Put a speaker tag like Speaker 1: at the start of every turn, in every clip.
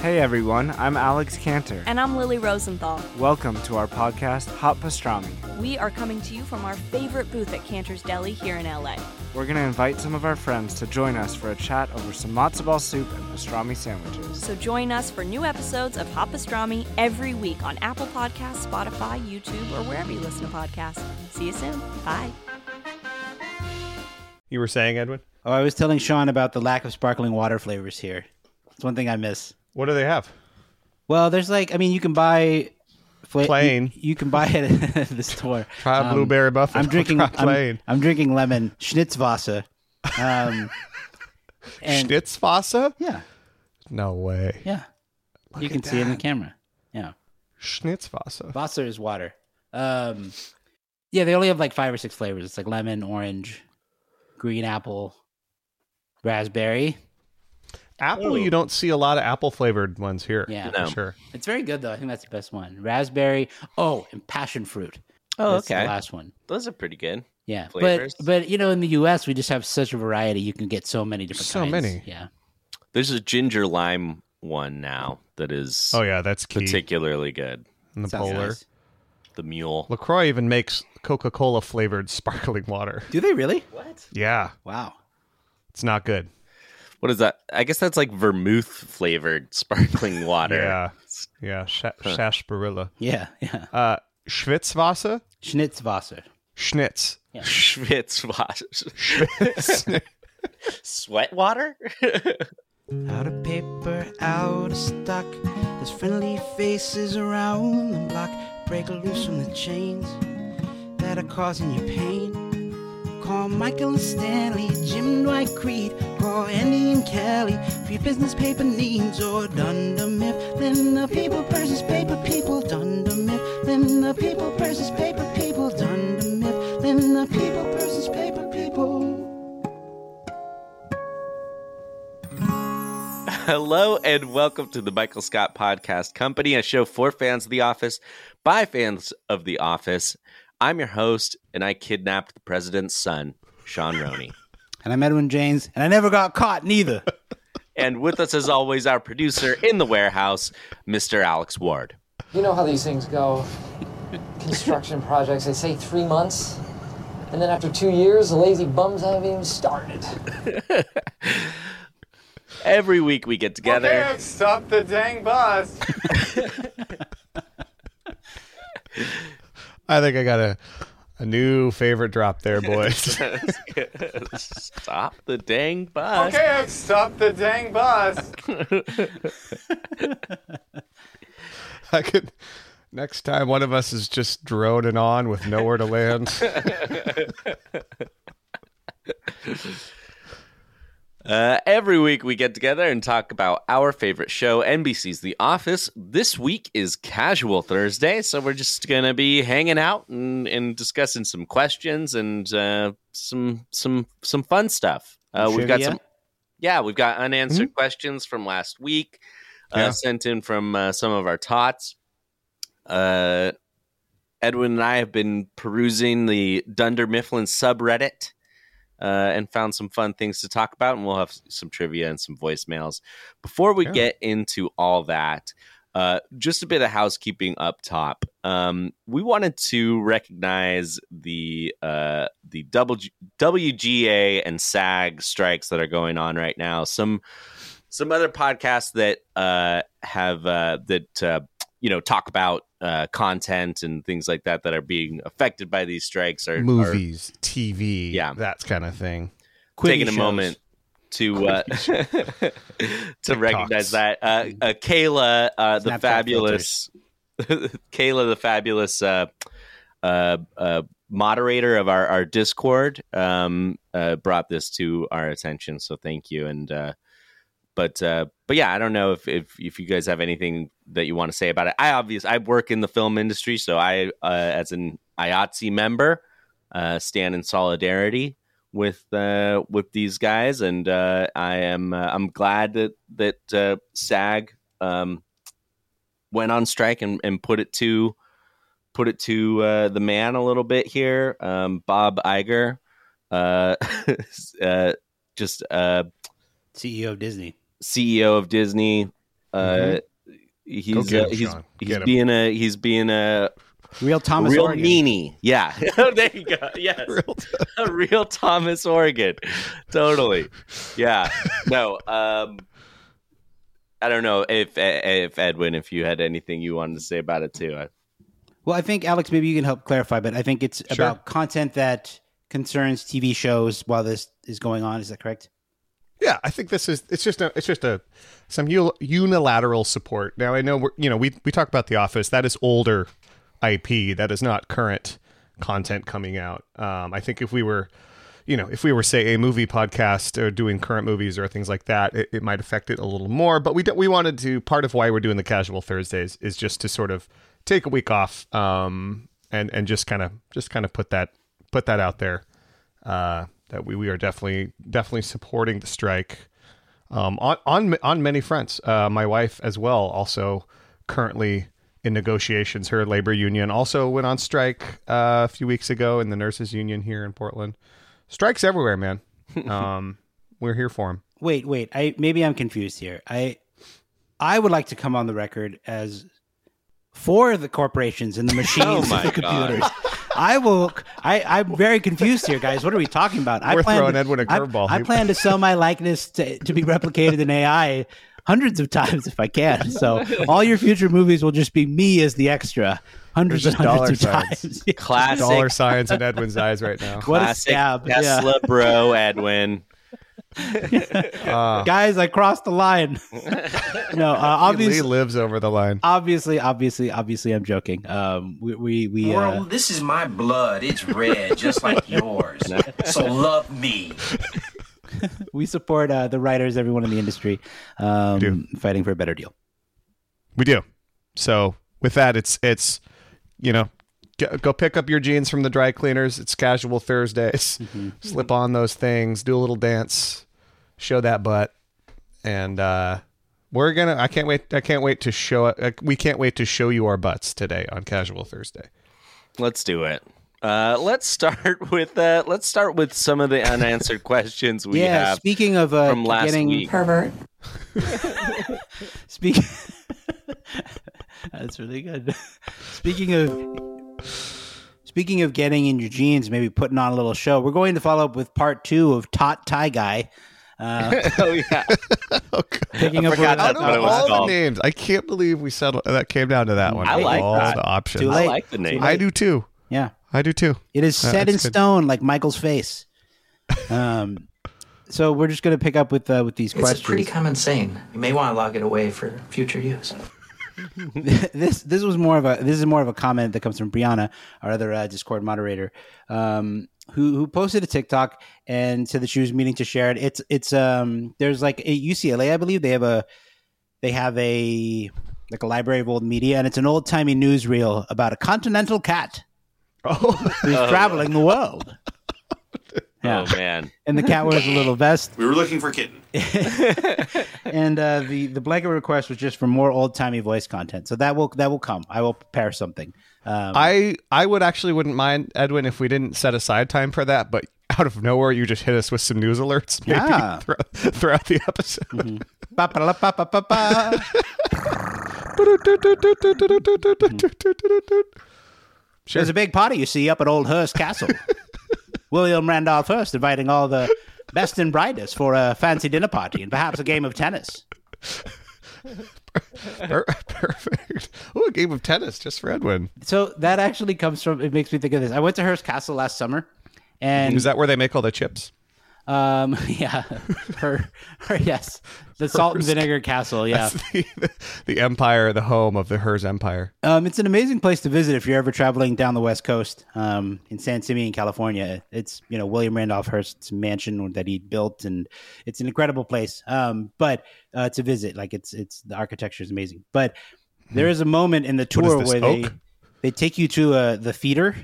Speaker 1: Hey everyone, I'm Alex Cantor.
Speaker 2: And I'm Lily Rosenthal.
Speaker 1: Welcome to our podcast, Hot Pastrami.
Speaker 2: We are coming to you from our favorite booth at Cantor's Deli here in LA.
Speaker 1: We're going to invite some of our friends to join us for a chat over some matzo ball soup and pastrami sandwiches.
Speaker 2: So join us for new episodes of Hot Pastrami every week on Apple Podcasts, Spotify, YouTube, or wherever you listen to podcasts. See you soon. Bye.
Speaker 3: You were saying, Edwin?
Speaker 4: Oh, I was telling Sean about the lack of sparkling water flavors here. It's one thing I miss.
Speaker 3: What do they have?
Speaker 4: Well, there's like, I mean, you can buy fla-
Speaker 3: Plain.
Speaker 4: You, you can buy it at the store.
Speaker 3: Try
Speaker 4: Um,
Speaker 3: blueberry buffalo.
Speaker 4: I'm drinking.
Speaker 3: Try
Speaker 4: I'm,
Speaker 3: plain.
Speaker 4: I'm drinking lemon Schnitzwasser. Um, and
Speaker 3: Schnitzwasser?
Speaker 4: yeah,
Speaker 3: No way.
Speaker 4: yeah, you
Speaker 3: at
Speaker 4: can see it in the
Speaker 3: that.
Speaker 4: camera. Yeah,
Speaker 3: Schnitzwasser.
Speaker 4: Wasser is water. Um, yeah, they only have like five or six flavors. It's like lemon, orange, green apple, raspberry.
Speaker 3: Apple, you don't see a lot of apple flavored ones here.
Speaker 4: Yeah.
Speaker 3: for
Speaker 5: No.
Speaker 3: sure.
Speaker 4: It's very good though. I think that's the best one. Raspberry. Oh, and passion fruit.
Speaker 5: Oh,
Speaker 4: That's
Speaker 5: okay.
Speaker 4: The last one.
Speaker 5: Those are pretty good.
Speaker 4: Yeah,
Speaker 5: flavors.
Speaker 4: but but you know, in the U.S., we just have such a variety. You can get so many different.
Speaker 3: So
Speaker 4: kinds.
Speaker 3: many.
Speaker 4: Yeah,
Speaker 5: There's a ginger lime one now that is
Speaker 3: Oh, yeah, that's key.
Speaker 5: particularly good.
Speaker 3: in the
Speaker 4: Sounds
Speaker 3: polar.
Speaker 4: nice.
Speaker 5: The mule.
Speaker 3: LaCroix even makes Coca Cola flavored sparkling water.
Speaker 4: Do they really?
Speaker 3: Yeah,
Speaker 4: Wow.
Speaker 3: it's not good.
Speaker 5: What is that? I guess that's like vermouth flavored sparkling water.
Speaker 3: Yeah. Yeah, sh- sarsaparilla.
Speaker 4: Yeah, yeah.
Speaker 3: Uh, Schwitzwasser?
Speaker 4: Schnitzwasser.
Speaker 3: Schnitz.
Speaker 5: Schwitz water.
Speaker 3: Schwitz.
Speaker 5: Sweat water?
Speaker 6: Out of paper, out of stock. There's friendly faces around the block. Break loose from the chains that are causing you pain. Call Michael and Stanley, Jim Dwight Creed. Call Andy and Kelly for your business paper needs or Dunder Mifflin. The people versus paper people. Dunder Mifflin. The people versus paper people. Dunder Mifflin. The people versus paper people.
Speaker 5: Hello and welcome to the Michael Scott Podcast Company, a show for fans of The Office by fans of The Office. I'm your host, and I kidnapped the president's son, Sean Roney.
Speaker 4: And I'm Edwin James, and I never got caught neither.
Speaker 5: and with us, as always, our producer in the warehouse, Mr. Alex Ward.
Speaker 7: You know how these things go. Construction projects, they say three months, and then after two years, the lazy bums haven't even started.
Speaker 5: Every week we get together.
Speaker 8: stop the dang bus.
Speaker 3: I think I got a, a new favorite drop there, boys.
Speaker 5: Stop the dang bus.
Speaker 8: stop the dang bus.
Speaker 3: I could. Next time, one of us is just droning on with nowhere to land.
Speaker 5: Uh, every week we get together and talk about our favorite show, NBC's The Office. This week is Casual Thursday, so we're just gonna be hanging out and, and discussing some questions and uh, some some some fun stuff. Uh, we've got
Speaker 4: Trivia?
Speaker 5: some, yeah, we've got unanswered questions from last week uh,
Speaker 3: Yeah.
Speaker 5: sent in from uh, some of our tots. Uh, Edwin and I have been perusing the Dunder Mifflin subreddit uh, and found some fun things to talk about, and we'll have some trivia and some voicemails. Before we
Speaker 3: Yeah.
Speaker 5: get into all that, uh, just a bit of housekeeping up top. Um, we wanted to recognize the uh, the WG- WGA and SAG strikes that are going on right now. Some some other podcasts that uh, have uh, that uh, you know talk about uh, content and things like that that are being affected by these strikes are are
Speaker 3: Movies, TV,
Speaker 5: Yeah.
Speaker 3: that kind of thing.
Speaker 5: taking
Speaker 4: Quidditch
Speaker 5: a
Speaker 4: shows.
Speaker 5: moment to uh, to recognize
Speaker 3: talks.
Speaker 5: that uh, uh, Kayla, uh, the
Speaker 4: Snapchat
Speaker 5: fabulous Kayla, the fabulous uh, uh, uh, moderator of our our Discord, um, uh, brought this to our attention. So thank you and. Uh, but uh, but yeah, I don't know if, if if you guys have anything that you want to say about it. I obvious I work in the film industry, so I uh, as an IATSE member uh, stand in solidarity with uh, with these guys, and uh, I am uh, I'm glad that that uh, SAG um, went on strike and, and put it to put it to uh, the man a little bit here, um, Bob Iger. Uh, uh, just uh,
Speaker 4: CEO E of Disney.
Speaker 5: CEO of Disney Uh,
Speaker 3: Mm-hmm. Go
Speaker 5: he's
Speaker 3: get
Speaker 5: uh,
Speaker 3: him,
Speaker 5: he's
Speaker 3: Sean.
Speaker 5: he's
Speaker 3: Get him.
Speaker 5: being a he's being a
Speaker 4: Real Thomas
Speaker 5: real
Speaker 4: Oregon.
Speaker 5: meanie. Yeah,
Speaker 3: Oh,
Speaker 5: there you go. Yes, a real Thomas Oregon. Totally. Yeah. No. Um, I don't know if if Edwin, if you had anything you wanted to say about it too. I,
Speaker 4: Well, I think Alex, maybe you can help clarify, but I think it's
Speaker 3: Sure.
Speaker 4: about content that concerns TV shows while this is going on. Is that correct?
Speaker 3: Yeah, I think this is it's just a it's just a some ul- unilateral support. Now I know we're you know we we talk about the office that is older IP that is not current content coming out. Um, I think if we were you know if we were say a movie podcast or doing current movies or things like that, it, it might affect it a little more. But we don't, we wanted to part of why we're doing the casual Thursdays is just to sort of take a week off um, and and just kind of just kind of put that put that out there uh, that we, we are definitely definitely supporting the strike um, on on on many fronts. Uh, my wife as well, also currently in negotiations. Her labor union also went on strike uh, a few weeks ago in the nurses union here in Portland. Strikes everywhere, man. Um, we're here for them.
Speaker 4: Wait, wait. I maybe I'm confused here. I I would like to come on the record as for the corporations
Speaker 3: Oh
Speaker 4: and the machines and
Speaker 5: Oh my
Speaker 4: the
Speaker 5: God.
Speaker 4: computers. I will. I, I'm very confused here, guys. What are we talking about? I
Speaker 3: We're
Speaker 4: plan
Speaker 3: throwing
Speaker 4: to-
Speaker 3: Edwin a
Speaker 4: I-
Speaker 3: curveball.
Speaker 4: I, plan to sell my likeness to, to be replicated in AI hundreds of times if I can. So all your future movies will just be me as the extra hundreds
Speaker 3: There's
Speaker 4: and hundreds
Speaker 3: just
Speaker 4: of
Speaker 3: dollar
Speaker 4: times.
Speaker 5: classic
Speaker 3: Dollar signs in Edwin's eyes right now.
Speaker 4: What a
Speaker 5: classic
Speaker 4: stab! Yeah.
Speaker 5: Tesla bro, Edwin.
Speaker 3: Uh,
Speaker 4: guys, I crossed the line. no, uh,
Speaker 3: Lee
Speaker 4: obviously,
Speaker 3: lives over the line.
Speaker 4: obviously, obviously, obviously, I'm joking. Um, we we, we uh,
Speaker 9: World, this is my blood. It's red, just like yours. So love me.
Speaker 4: we support uh, the writers, everyone in the industry,
Speaker 3: do.
Speaker 4: um, fighting for a better deal.
Speaker 3: We do. So with that, it's it's you know go, go pick up your jeans from the dry cleaners. It's casual Thursdays.
Speaker 5: Mm-hmm.
Speaker 3: Slip on those things, do a little dance, show that butt, and uh, we're gonna. I can't wait. I can't wait to show it. uh, We can't wait to show you our butts today on Casual Thursday.
Speaker 5: Let's do it. Uh, let's start with uh, let's start with some of the unanswered questions we
Speaker 4: yeah.
Speaker 5: have
Speaker 4: Speaking of uh,
Speaker 5: from last
Speaker 4: getting,
Speaker 5: week.
Speaker 10: Pervert.
Speaker 4: Speak. That's really good. Speaking of speaking of getting in your jeans, maybe putting on a little show. We're going to follow up with part two of Tot Tie Guy. Uh,
Speaker 5: oh yeah,
Speaker 4: picking up
Speaker 5: forgot
Speaker 4: where-
Speaker 5: that's what it was
Speaker 3: all the
Speaker 5: called.
Speaker 3: names, I can't believe we settled. That came down to that one.
Speaker 5: I
Speaker 3: Of
Speaker 5: like
Speaker 3: all
Speaker 5: that.
Speaker 3: the options.
Speaker 4: Too
Speaker 5: I
Speaker 4: late.
Speaker 5: like the name.
Speaker 3: I do too.
Speaker 4: Yeah.
Speaker 3: I do too.
Speaker 4: It is
Speaker 3: Uh,
Speaker 4: set
Speaker 3: that's
Speaker 4: in
Speaker 3: good.
Speaker 4: stone, like Michael's face. Um, so we're just going to pick up with uh, with these
Speaker 9: It's a pretty
Speaker 4: questions.
Speaker 9: common saying. You may want to log it away for future use.
Speaker 4: this this was more of a this is more of a comment that comes from Brianna, our other uh, Discord moderator, um, who who posted a TikTok and said that she was meaning to share it. It's it's um there's like at UCLA, I believe they have a they have a like a library of old media, and it's an old timey newsreel about a continental cat
Speaker 3: Oh,
Speaker 4: who's traveling the world. Yeah,
Speaker 5: Oh man,
Speaker 4: and the cat wears a little vest.
Speaker 11: We were looking for kitten.
Speaker 4: and uh, the the blanket request was just for more old timey voice content. So that will that will come. I will prepare something. Um,
Speaker 3: I I would actually wouldn't mind Edwin if we didn't set aside time for that, but out of nowhere you just hit us with some news alerts maybe
Speaker 4: Yeah. Mm-hmm.
Speaker 3: thro- throughout the episode.
Speaker 4: ba-ba-da-ba-ba-ba-ba.
Speaker 3: Sure.
Speaker 4: There's a big party you see up at Old Hearst Castle. William Randolph Hearst inviting all the best and brightest for a fancy dinner party and perhaps a game of tennis.
Speaker 3: Per- Perfect. Oh, a game of tennis just for Edwin.
Speaker 4: So that actually comes from. It makes me think of this. I went to Hearst Castle last summer, and
Speaker 3: Is that where they make all the chips?
Speaker 4: um, yeah, her, her yes, the salt and vinegar castle. Yeah,
Speaker 3: the, the empire, the home of the Hers Empire.
Speaker 4: Um, it's an amazing place to visit if you're ever traveling down the West Coast um, in San Simeon, California. It's you know William Randolph Hearst's mansion that he built, and it's an incredible place. Um, but uh, to visit, like it's it's the architecture is amazing. But there is a moment in the
Speaker 3: Hmm. What is
Speaker 4: tour
Speaker 3: this,
Speaker 4: where they
Speaker 3: oak?
Speaker 4: they take you to uh, the theater,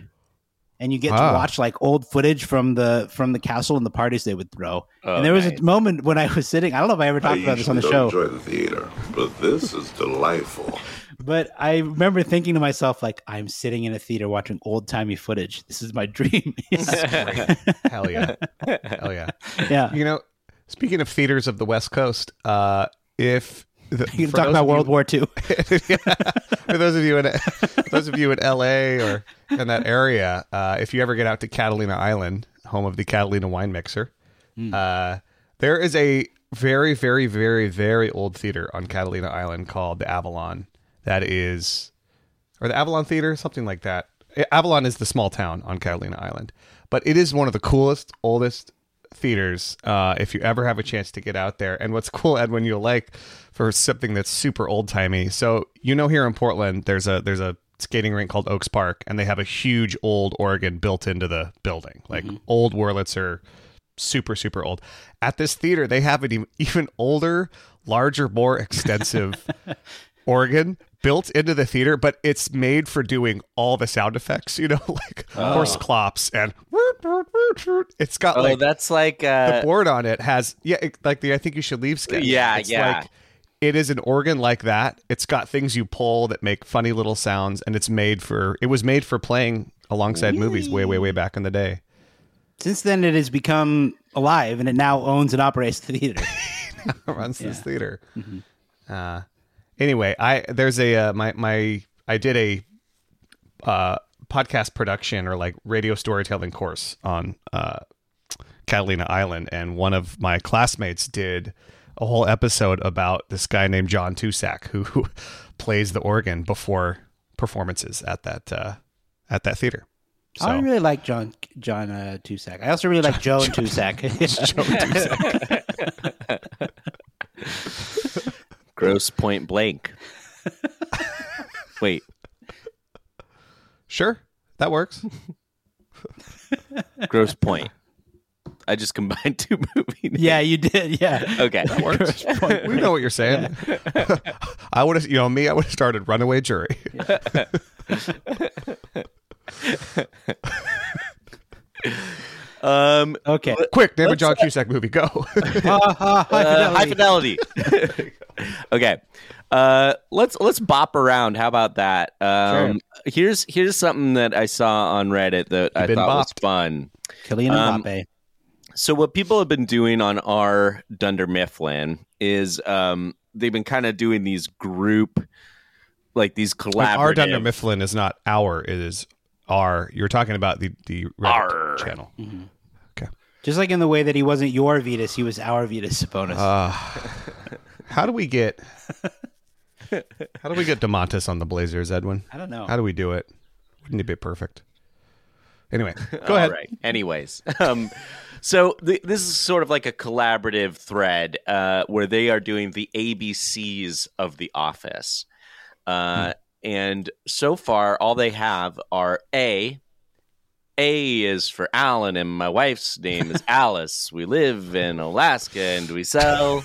Speaker 4: and you get
Speaker 3: Ah.
Speaker 4: to watch like old footage from the from the castle and the parties they would throw.
Speaker 5: Oh,
Speaker 4: and there was
Speaker 5: nice.
Speaker 4: a moment when I was sitting. I don't know if I ever talked about this on the show.
Speaker 11: enjoy the theater, but this is delightful.
Speaker 4: But I remember thinking to myself, like, I'm sitting in a theater watching old timey footage. This is my dream. yeah.
Speaker 3: Hell yeah. Hell yeah.
Speaker 4: Yeah.
Speaker 3: You know, speaking of theaters of the West Coast, uh, if the-
Speaker 4: You can
Speaker 3: for
Speaker 4: talk
Speaker 3: those
Speaker 4: about
Speaker 3: of you-
Speaker 4: World War II.
Speaker 3: for those of you in those of you in LA or in that area, uh, if you ever get out to Catalina Island, home of the Catalina wine mixer, uh, there is a very, very, very, very old theater on Catalina Island called the Avalon. That is, or the Avalon Theater, something like that. A- Avalon is the small town on Catalina Island, but it is one of the coolest, oldest theaters. Uh, if you ever have a chance to get out there, and what's cool, Edwin, you'll like for something that's super old timey. So you know, here in Portland, there's a there's a skating rink called Oaks Park, and they have a huge old organ built into the building, like old Wurlitzer, super super old. At this theater, they have an e- even older, larger, more extensive organ built into the theater, but it's made for doing all the sound effects, you know, like horse clops and woot, woot, woot, woot. it's got
Speaker 5: Oh,
Speaker 3: like
Speaker 5: that's like uh,
Speaker 3: the board on it has yeah, it, like the I think you should leave sketch.
Speaker 5: Yeah,
Speaker 3: It's
Speaker 5: yeah.
Speaker 3: Like, it is an organ like that. It's got things you pull that make funny little sounds, and it's made for it was made for playing alongside movies way, way, way back in the day.
Speaker 4: Since then, it has become alive, and it now owns and operates the theater.
Speaker 3: runs this theater. Uh, anyway, I there's a uh, my my I did a uh, podcast production or like radio storytelling course on uh, Catalina Island, and one of my classmates did a whole episode about this guy named John Tusak who, who plays the organ before performances at that uh, at that theater. So
Speaker 4: I really like John John uh, Tusack. I also really like Joe and Tusack.
Speaker 5: gross point blank. Wait,
Speaker 3: sure that works.
Speaker 5: gross point. I just combined two movie names.
Speaker 4: yeah, you did. Yeah.
Speaker 5: Okay.
Speaker 3: works. we know what you're saying. I would have, you know, me, I would have started Runaway Jury.
Speaker 5: Um,
Speaker 4: Okay.
Speaker 3: Quick, name a John Cusack movie. Go.
Speaker 5: uh, high fidelity. okay, uh, let's let's bop around. How about that? Um, Here's here's something that I saw on Reddit that I
Speaker 3: been
Speaker 5: thought was
Speaker 3: bopped.
Speaker 5: fun.
Speaker 4: Killian
Speaker 5: Um,
Speaker 4: Mbappe.
Speaker 5: um,
Speaker 3: Our Dunder Mifflin is not our. It is our. You're talking about the the Reddit
Speaker 5: Our.
Speaker 3: channel.
Speaker 4: Just like in the way that he wasn't your Vetus, he was our Vetus Sabonis.
Speaker 3: Uh, How do we get? how do we get Demontis on the Blazers, Edwin?
Speaker 4: I don't know.
Speaker 3: How do we do it? Wouldn't it be perfect? Anyway, go
Speaker 5: All
Speaker 3: ahead.
Speaker 5: right. Anyways, um, so th- this is sort of like a collaborative thread uh, where they are doing the ABCs of The Office,
Speaker 3: Hmm.
Speaker 5: uh, and so far all they have are A. A is for Alan, and my wife's name is Alice. We live in Alaska, and we sell.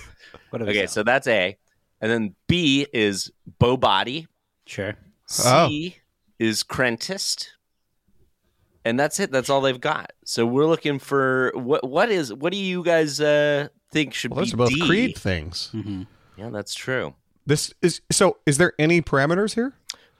Speaker 4: What do we
Speaker 5: Okay,
Speaker 4: sell?
Speaker 5: so that's A, and then B is Bobody.
Speaker 4: sure.
Speaker 5: C
Speaker 3: Oh.
Speaker 5: is Crentist. And that's it. That's all they've got. So we're looking for what what is what do you guys uh think should
Speaker 3: Well, those
Speaker 5: be
Speaker 3: are both
Speaker 5: D?
Speaker 3: Creed things.
Speaker 4: Mm-hmm.
Speaker 5: Yeah, that's true.
Speaker 3: This is so. Is there any parameters here?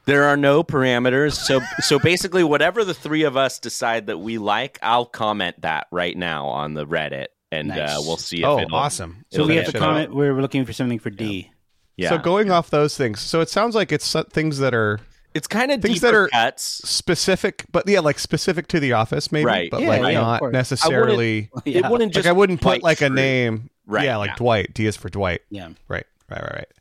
Speaker 5: There are no parameters. So so basically whatever the three of us decide that we like, I'll comment that right now on the Reddit and
Speaker 4: Nice.
Speaker 5: uh, we'll see if
Speaker 3: Oh,
Speaker 5: it'll-
Speaker 3: awesome!
Speaker 4: So we
Speaker 5: Okay,
Speaker 4: have to
Speaker 5: so-
Speaker 4: comment. We were looking for something for D.
Speaker 5: Yeah.
Speaker 3: So going off those things, so it sounds like it's so- things that are
Speaker 5: it's kind of
Speaker 3: things that are-
Speaker 5: cuts.
Speaker 3: specific, but yeah, like specific to the office, maybe,
Speaker 5: Right.
Speaker 3: but
Speaker 4: Yeah,
Speaker 3: like
Speaker 4: yeah, of
Speaker 3: not
Speaker 4: course.
Speaker 3: necessarily.
Speaker 4: Yeah.
Speaker 5: It wouldn't just
Speaker 3: like I wouldn't put
Speaker 5: quite
Speaker 3: like a
Speaker 5: true.
Speaker 3: name,
Speaker 5: Right,
Speaker 3: Yeah, like
Speaker 5: yeah.
Speaker 3: Dwight. D is for Dwight.
Speaker 4: Yeah.
Speaker 3: Right, right, right, right.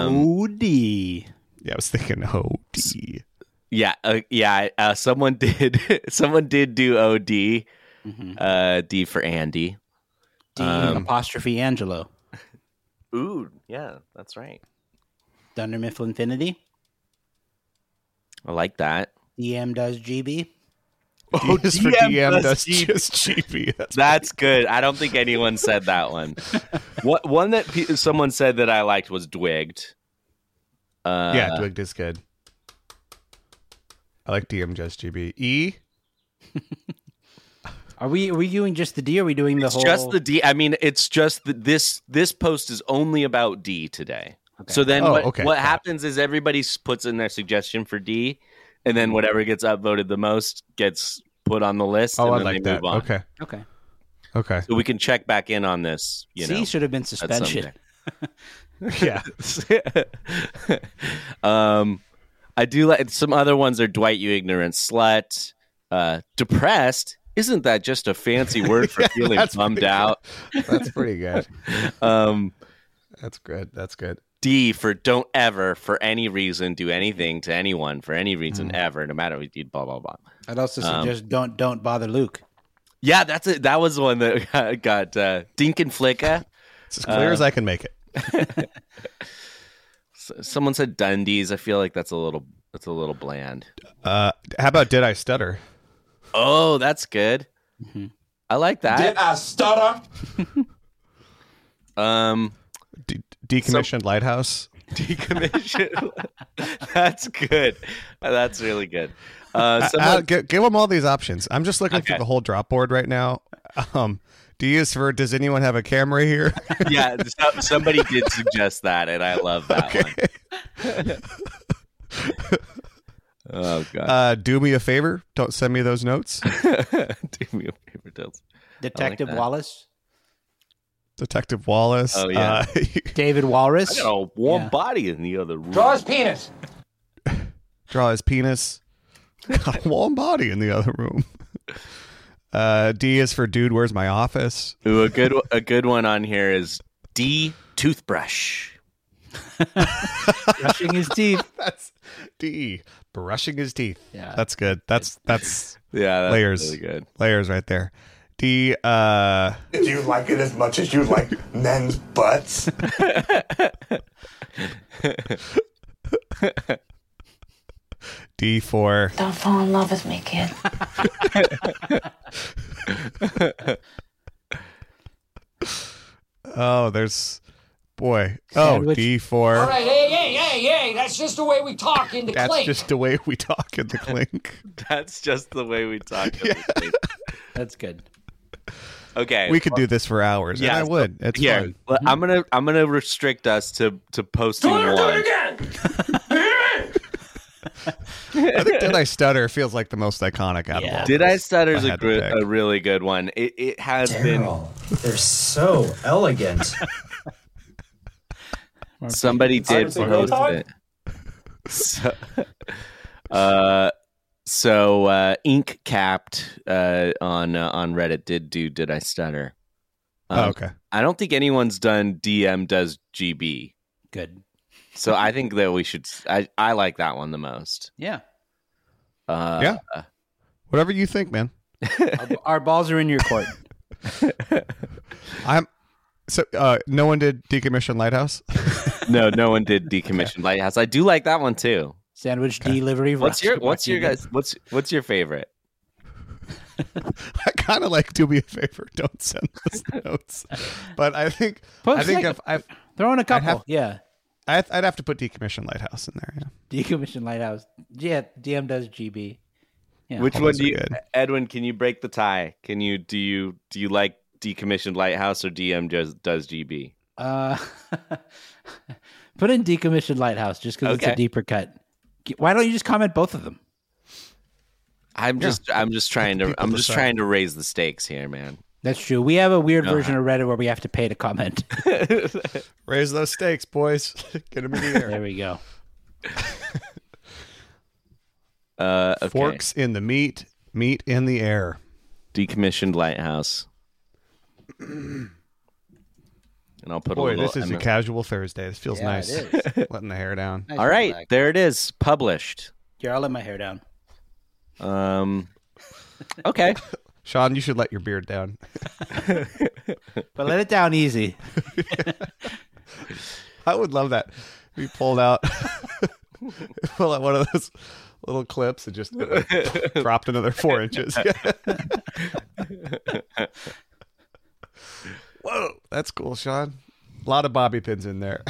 Speaker 5: Um,
Speaker 4: O D.
Speaker 3: Yeah, I was thinking O D.
Speaker 5: Yeah, uh, yeah. Uh, someone did. someone did do OD. Uh, D for Andy.
Speaker 4: D
Speaker 5: um,
Speaker 4: apostrophe Angelo.
Speaker 5: Ooh, yeah, that's right.
Speaker 4: Dunder Mifflin Infinity.
Speaker 5: I like that.
Speaker 4: DM does GB.
Speaker 3: O is for
Speaker 5: DM
Speaker 3: DM.
Speaker 5: oh, plus
Speaker 3: That's
Speaker 5: GP.
Speaker 3: just GP. That's
Speaker 5: That's good. I don't think anyone said that one. What one that pe- someone said that I liked was Dwigged. Uh,
Speaker 3: yeah, Dwigged is good. I like DM just GB. E.
Speaker 4: Are we are we doing just the D? Or are we doing the
Speaker 5: it's
Speaker 4: whole?
Speaker 5: just the D. I mean, it's just the, this. This post is only about D today. So then,
Speaker 3: Oh,
Speaker 5: what,
Speaker 3: okay,
Speaker 5: what
Speaker 3: got it.
Speaker 5: happens is everybody s- puts in their suggestion for D, and then whatever gets upvoted the most gets put on the list.
Speaker 3: Oh,
Speaker 5: and
Speaker 3: I
Speaker 5: then
Speaker 3: like
Speaker 5: they
Speaker 3: that.
Speaker 5: move on.
Speaker 3: Okay,
Speaker 4: okay.
Speaker 3: okay.
Speaker 5: So we can check back in on this. You
Speaker 4: C
Speaker 5: know,
Speaker 4: should have been
Speaker 5: at some
Speaker 4: suspension.
Speaker 5: day.
Speaker 3: yeah.
Speaker 5: um, I do like some other ones are Dwight, you ignorant slut. Uh, depressed. Isn't that just a fancy word for
Speaker 3: Yeah,
Speaker 5: feeling
Speaker 3: that's
Speaker 5: bummed
Speaker 3: pretty
Speaker 5: out?
Speaker 3: That's pretty good.
Speaker 5: Um,
Speaker 3: That's good. That's good.
Speaker 5: D for don't ever, for any reason, do anything to anyone for any reason ever, no matter what you did, blah blah blah.
Speaker 4: I'd also
Speaker 5: Um,
Speaker 4: suggest don't don't bother Luke.
Speaker 5: Yeah, that's it. That was one that got, got uh, Dink and Flicka.
Speaker 3: It's as clear
Speaker 5: Uh,
Speaker 3: as I can make it.
Speaker 5: S- Someone said Dundee's. I feel like that's a little that's a little bland.
Speaker 3: Uh, how about did I stutter?
Speaker 5: Oh, that's good. I like
Speaker 9: Did
Speaker 5: that.
Speaker 9: I stutter?
Speaker 5: Um,
Speaker 3: De- decommissioned lighthouse.
Speaker 5: decommission. that's good. That's really good. Uh,
Speaker 3: I, I'll
Speaker 5: someone,
Speaker 3: gi- give them all these options. I'm just looking through
Speaker 5: Okay.
Speaker 3: the whole drop board right now. Um, do you use for does anyone have a camera here?
Speaker 5: yeah, so- somebody did suggest that, and I love that one. oh god,
Speaker 3: Uh, do me a favor. Don't send me those notes.
Speaker 5: do me a favor, Dills.
Speaker 4: Detective
Speaker 5: that.
Speaker 4: Wallace,
Speaker 3: Detective Wallace.
Speaker 5: Oh, yeah.
Speaker 3: Uh,
Speaker 4: David Walrus.
Speaker 5: I got a warm
Speaker 4: Yeah.
Speaker 5: body in the other room.
Speaker 7: Draw his penis.
Speaker 3: draw his penis. Got a warm body in the other room. Uh, D is for dude. Where's my office?
Speaker 5: Ooh, a good a good one on here is D toothbrush.
Speaker 4: brushing his teeth.
Speaker 3: That's D brushing his teeth.
Speaker 4: Yeah.
Speaker 3: That's good. That's that's
Speaker 5: Yeah, that's
Speaker 3: Layers.
Speaker 5: really good.
Speaker 3: layers right there. D uh
Speaker 11: Do you like it as much as you like men's butts?
Speaker 3: D for
Speaker 10: Don't fall in love with me, kid.
Speaker 3: oh there's boy. Oh
Speaker 4: Sandwich.
Speaker 3: D for
Speaker 7: All right, hey, hey, hey, hey, that's just the way we talk in the
Speaker 3: that's
Speaker 7: clink.
Speaker 3: just the way we talk in the clink.
Speaker 5: That's just the way we talk. everything.
Speaker 4: That's good.
Speaker 5: Okay,
Speaker 3: we could do this for hours. Yeah,
Speaker 5: Yeah,
Speaker 3: I
Speaker 5: so-
Speaker 3: would. It's
Speaker 5: here.
Speaker 3: fun.
Speaker 5: l- I'm gonna I'm gonna restrict us to to posting one.
Speaker 3: I think Did I Stutter feels like the most iconic out of all.
Speaker 5: Did I stutter's
Speaker 3: I
Speaker 5: a,
Speaker 3: had to
Speaker 5: gr-
Speaker 3: pick.
Speaker 5: a really good one. It, it has been
Speaker 9: They're so elegant.
Speaker 5: somebody did
Speaker 9: Honestly, no
Speaker 5: post it. So, uh, so uh, ink capped uh, on uh, on Reddit did do did I stutter? Um,
Speaker 3: Oh, okay.
Speaker 5: I don't think anyone's done DM does GB.
Speaker 4: Good.
Speaker 5: So I think that we should. I, I like that one the most.
Speaker 4: Yeah.
Speaker 5: Uh,
Speaker 3: Yeah. Whatever you think, man.
Speaker 4: Our, our balls are in your court.
Speaker 3: I'm so uh no one did decommission lighthouse.
Speaker 5: No, no one did decommissioned lighthouse. I do like that one too.
Speaker 4: Sandwich delivery.
Speaker 5: What's your
Speaker 4: rock-
Speaker 5: What's your guys What's What's your favorite?
Speaker 3: I kind of like do me a favor, don't send us notes. But I think
Speaker 4: Post
Speaker 3: I think
Speaker 4: like-
Speaker 3: if I
Speaker 4: Throw in a couple.
Speaker 3: have-
Speaker 4: yeah.
Speaker 3: I I'd have to put decommission lighthouse in there. Yeah.
Speaker 4: Decommission lighthouse. Yeah. DM does GB. Yeah.
Speaker 5: Which
Speaker 3: all
Speaker 5: one
Speaker 3: those
Speaker 5: do
Speaker 3: are
Speaker 5: you, E-
Speaker 3: good.
Speaker 5: Edwin? Can you break the tie? Can you do you do you like decommissioned lighthouse or DM does does GB?
Speaker 4: Uh, put in decommissioned lighthouse just because it's
Speaker 5: Okay.
Speaker 4: a deeper cut. G- Why don't you just comment both of them?
Speaker 5: I'm just I'm just trying to
Speaker 3: people
Speaker 5: I'm just
Speaker 3: decide.
Speaker 5: trying to raise the stakes here, man.
Speaker 4: That's true. We have a weird
Speaker 5: No,
Speaker 4: version of Reddit where we have to pay to comment.
Speaker 3: Raise those stakes, boys. Get them in the air.
Speaker 4: there we go.
Speaker 5: Uh, okay.
Speaker 3: Forks in the meat, meat in the air.
Speaker 5: decommissioned lighthouse. And I'll put a
Speaker 3: Boy,
Speaker 5: little.
Speaker 3: this is a
Speaker 5: M-
Speaker 3: casual Thursday. This feels nice. Letting the hair down.
Speaker 5: All right, there it is, published.
Speaker 4: Here, I'll let my hair down.
Speaker 5: Um, okay.
Speaker 3: Sean, you should let your beard down.
Speaker 4: But let it down easy.
Speaker 3: I would love that. We pulled out pull out one of those little clips and just uh, dropped another four inches. Whoa, that's cool, Sean. A lot of bobby pins in there.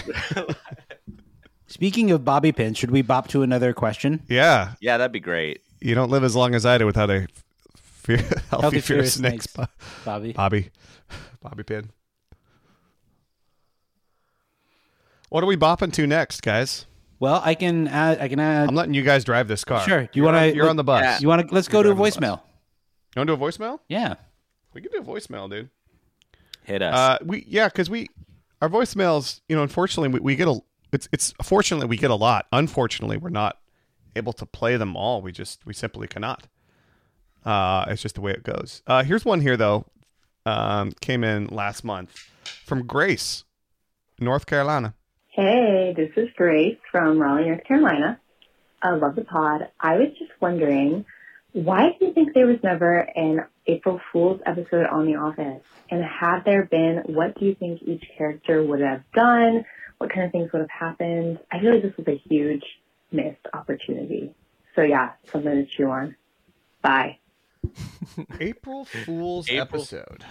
Speaker 4: Speaking of bobby pins, should we bop to another question?
Speaker 3: Yeah,
Speaker 5: Yeah, that'd be great.
Speaker 3: you don't live as long as I do without a fear, healthy,
Speaker 4: Healthy,
Speaker 3: fear of
Speaker 4: furious
Speaker 3: snakes.
Speaker 4: snakes. Bobby.
Speaker 3: Bobby, Bobby pin. What are we bopping to next, guys?
Speaker 4: Well, I can add. I can add.
Speaker 3: I'm letting you guys drive this car.
Speaker 4: Sure. Do you
Speaker 3: You're
Speaker 4: wanna-
Speaker 3: on- You're on the bus.
Speaker 5: Yeah.
Speaker 4: you want to? Let's go to a voicemail.
Speaker 3: You want to do a voicemail?
Speaker 4: Yeah.
Speaker 3: We can do a voicemail, dude.
Speaker 5: Hit us.
Speaker 3: Uh, we yeah, because we our voicemails, you know, unfortunately, we, we get a it's it's fortunately we get a lot. Unfortunately, we're not able to play them all. We just we simply cannot. Uh, it's just the way it goes. Uh, here's one here though, um, came in last month from Grace, North Carolina.
Speaker 10: Hey, this is Grace from Raleigh, North Carolina. I love the pod. I was just wondering, why do you think there was never an April Fool's episode on The Office? And had there been, what do you think each character would have done? What kind of things would have happened? I feel like this was a huge missed opportunity. So yeah, something to chew on. Bye.
Speaker 3: April Fool's
Speaker 5: April-
Speaker 3: episode.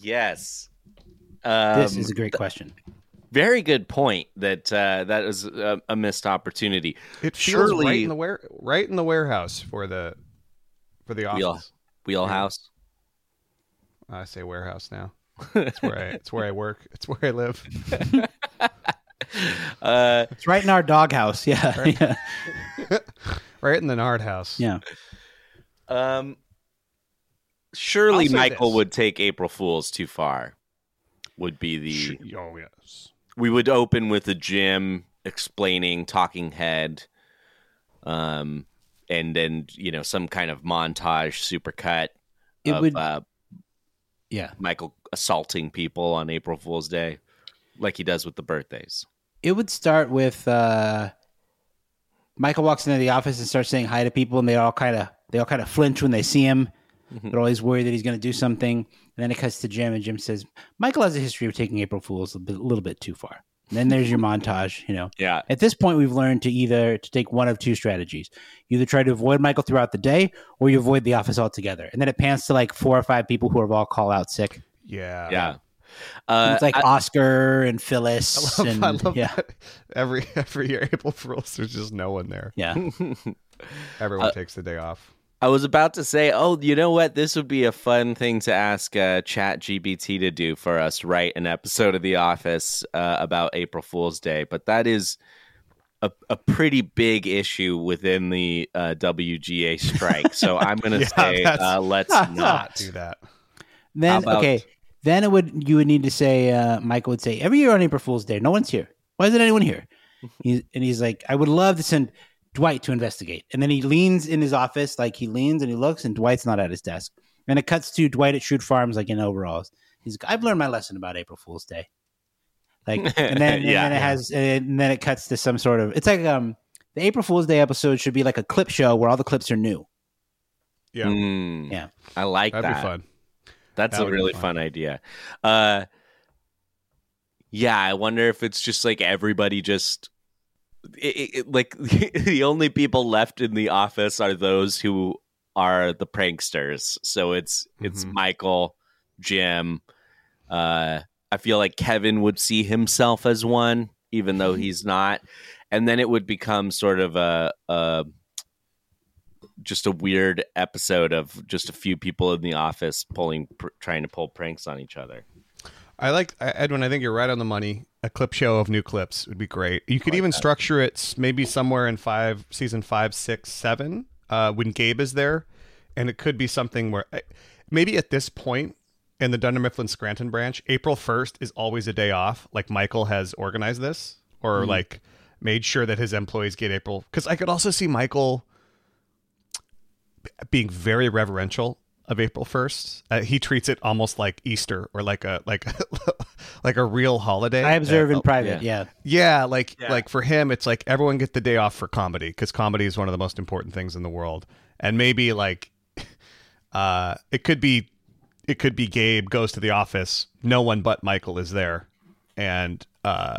Speaker 5: Yes. Um,
Speaker 4: this is a great question.
Speaker 5: very good point that uh, that is a, a missed opportunity.
Speaker 3: It feels
Speaker 5: Surely
Speaker 3: right in the ware right in the warehouse for the for the
Speaker 5: wheel,
Speaker 3: office.
Speaker 5: wheelhouse.
Speaker 3: I say warehouse now. It's where I it's where I work. It's where I live.
Speaker 5: Uh,
Speaker 4: It's right in our doghouse. Yeah. yeah.
Speaker 3: Right in the Nard house.
Speaker 4: Yeah.
Speaker 5: um, surely
Speaker 3: I'll say
Speaker 5: Michael
Speaker 3: this.
Speaker 5: would take April Fools too far. Would be the
Speaker 3: Sh- Oh yes.
Speaker 5: we would open with a Jim explaining Talking Head, um, and then you know some kind of montage supercut
Speaker 4: It
Speaker 5: of
Speaker 4: would-
Speaker 5: uh,
Speaker 4: Yeah.
Speaker 5: Michael assaulting people on April Fool's Day, like he does with the birthdays.
Speaker 4: It would start with uh, Michael walks into the office and starts saying hi to people, and they all kind of they all kind of flinch when they see him.
Speaker 3: Mm-hmm.
Speaker 4: They're always worried that he's going to do something, and then it cuts to Jim, and Jim says Michael has a history of taking April Fools a, bit, a little bit too far. And then there's your montage. You know,
Speaker 5: Yeah,
Speaker 4: at this point, we've learned to either to take one of two strategies: you either try to avoid Michael throughout the day, or you avoid the office altogether. And then it pans to like four or five people who have all call out sick.
Speaker 3: Yeah.
Speaker 5: yeah.
Speaker 4: And
Speaker 5: Uh,
Speaker 4: it's like Oscar and
Speaker 3: I
Speaker 4: Phyllis.
Speaker 3: love,
Speaker 4: and,
Speaker 3: I love
Speaker 4: yeah,
Speaker 3: that. Every every year April Fools, there's just no one there.
Speaker 4: yeah.
Speaker 5: Uh,
Speaker 3: Everyone takes the day off.
Speaker 5: I was about to say, oh, you know what? This would be a fun thing to ask uh, Chat GBT to do for us. Write an episode of The Office uh, about April Fool's Day, but that is a, a pretty big issue within the uh, WGA strike. So I'm going to
Speaker 3: Yeah,
Speaker 5: say,
Speaker 3: that's-
Speaker 5: uh, let's
Speaker 3: Not
Speaker 5: not.
Speaker 3: do that.
Speaker 5: How
Speaker 4: Then
Speaker 5: about-
Speaker 4: okay, then it would you would need to say uh, Michael would say every year on April Fool's Day, no one's here. Why isn't anyone here? He's, and he's like, I would love to send Dwight to investigate. And then he leans in his office, like he leans and he looks, and Dwight's not at his desk. And it cuts to Dwight at Shrewd Farms, like in overalls. He's like, I've learned my lesson about April Fool's Day. Like, and then, and
Speaker 5: Yeah.
Speaker 4: then it has, and then it cuts to some sort of. It's like um, the April Fool's Day episode should be like a clip show where all the clips are new.
Speaker 3: Yeah.
Speaker 5: Mm,
Speaker 4: Yeah.
Speaker 5: I like
Speaker 3: That'd
Speaker 5: that.
Speaker 3: be fun.
Speaker 5: That's
Speaker 3: That
Speaker 5: a
Speaker 3: would be
Speaker 5: really
Speaker 3: fun.
Speaker 5: fun idea. Uh, yeah, I wonder if it's just like everybody just it, it- it- like the only people left in the office are those who are the pranksters. So it's it's
Speaker 3: Mhm.
Speaker 5: Michael, Jim. Uh, I feel like Kevin would see himself as one, even though he's not. And then it would become sort of a, a just a weird episode of just a few people in the office pulling pr- trying to pull pranks on each other.
Speaker 3: I like I- Edwin. I think you're right on the money. A clip show of new clips would be great. You could even structure it s- maybe somewhere in five, season five, six, seven, uh, when Gabe is there, and it could be something where I, maybe at this point in the Dunder Mifflin Scranton branch, April first is always a day off. Like Michael has organized this, or like made sure that his employees get April. Because I could also see Michael being very reverential of April 1st. Uh, he treats it almost like Easter or like a like like a real holiday.
Speaker 4: I observe
Speaker 3: Uh,
Speaker 4: in private. Yeah.
Speaker 3: yeah, like like for him it's like everyone get the day off for comedy cuz comedy is one of the most important things in the world. And maybe like uh it could be it could be Gabe goes to the office, no one but Michael is there. And uh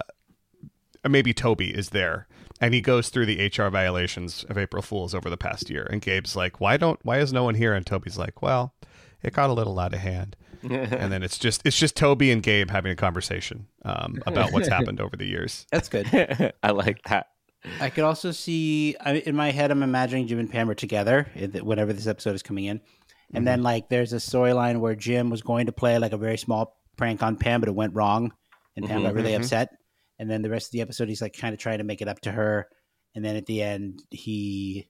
Speaker 3: or uh, maybe Toby is there and he goes through the HR violations of April Fools over the past year. And Gabe's like, why don't, why is no one here? And Toby's like, well, it got a little out of hand. and then it's just, it's just Toby and Gabe having a conversation um, about what's happened over the years.
Speaker 4: That's good.
Speaker 5: I like that.
Speaker 4: I could also see I, in my head. I'm imagining Jim and Pam are together in the- whenever this episode is coming in, and then
Speaker 5: Mm-hmm.
Speaker 4: like there's a storyline where Jim was going to play like a very small prank on Pam, but it went wrong, and
Speaker 5: Mm-hmm,
Speaker 4: Pam got really upset. And then the rest of the episode, he's like kind of trying to make it up to her, and then at the end, he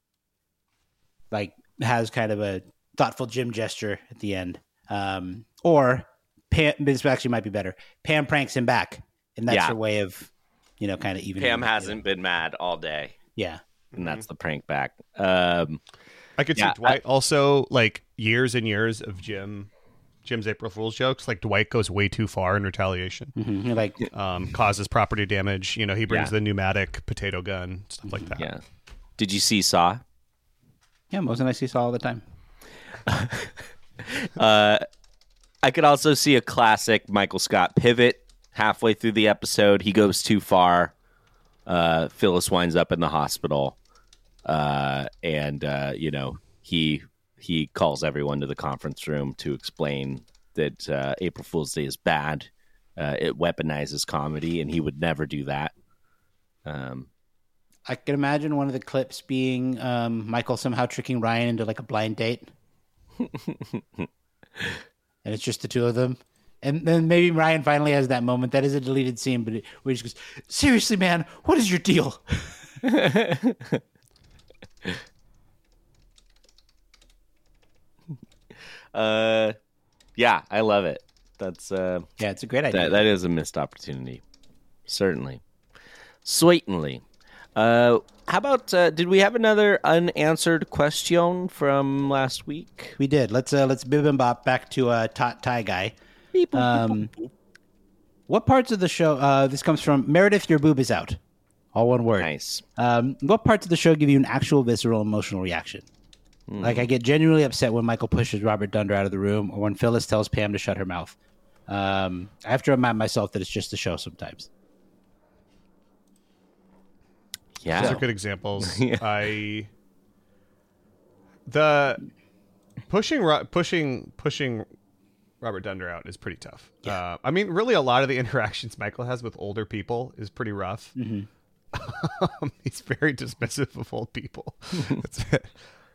Speaker 4: like has kind of a thoughtful Jim gesture at the end, um, or Pam. This actually might be better. Pam pranks him back, and that's
Speaker 5: Yeah.
Speaker 4: her way of, you know, kind of even.
Speaker 5: Pam hasn't been mad all day.
Speaker 4: Yeah.
Speaker 5: And that's the prank back. Um,
Speaker 3: I could
Speaker 5: yeah,
Speaker 3: see Dwight also like years and years of Jim Jim's April Fool's jokes. Like Dwight goes way too far in retaliation.
Speaker 4: Mhm, he, like
Speaker 3: um, causes property damage. You know, he brings
Speaker 5: Yeah.
Speaker 3: the pneumatic potato gun stuff like that.
Speaker 5: Yeah. Did you see Saw?
Speaker 4: Yeah, Mose and I see Saw all the time.
Speaker 5: Uh, I could also see a classic Michael Scott pivot halfway through the episode. He goes too far. Uh, Phyllis winds up in the hospital, uh, and uh, you know he he calls everyone to the conference room to explain that uh, April Fool's Day is bad. Uh, it weaponizes comedy, and he would never do that. Um,
Speaker 4: I can imagine one of the clips being um, Michael somehow tricking Ryan into like a blind date. and it's just the two of them. And then maybe Ryan finally has that moment. That is a deleted scene, but it, where he just goes, Seriously, man, what is your deal?
Speaker 5: uh, yeah, I love it. That's uh,
Speaker 4: yeah, it's a great idea.
Speaker 5: That, that is a missed opportunity, certainly, certainly. Uh, how about uh, did we have another unanswered question from last week?
Speaker 4: We did. Let's uh, let's bib and bop back to uh, Tot Tie Guy.
Speaker 5: Beep,
Speaker 4: Um, what parts of the show? Uh, this comes from Meredith. Your boob is out. All one word.
Speaker 5: Nice.
Speaker 4: Um, what parts of the show give you an actual visceral emotional reaction?
Speaker 3: Hmm.
Speaker 4: Like I get genuinely upset when Michael pushes Robert Dunder out of the room, or when Phyllis tells Pam to shut her mouth. Um, I have to remind myself that it's just a show sometimes.
Speaker 5: Yeah.
Speaker 3: Those are good examples.
Speaker 5: Yeah.
Speaker 3: I the pushing Ro- pushing pushing Robert Dunder out is pretty tough. Uh, I mean, really, a lot of the interactions Michael has with older people is pretty rough.
Speaker 5: Mm-hmm.
Speaker 3: Um,
Speaker 4: Mhm.
Speaker 3: He's very dismissive of old people, That's it.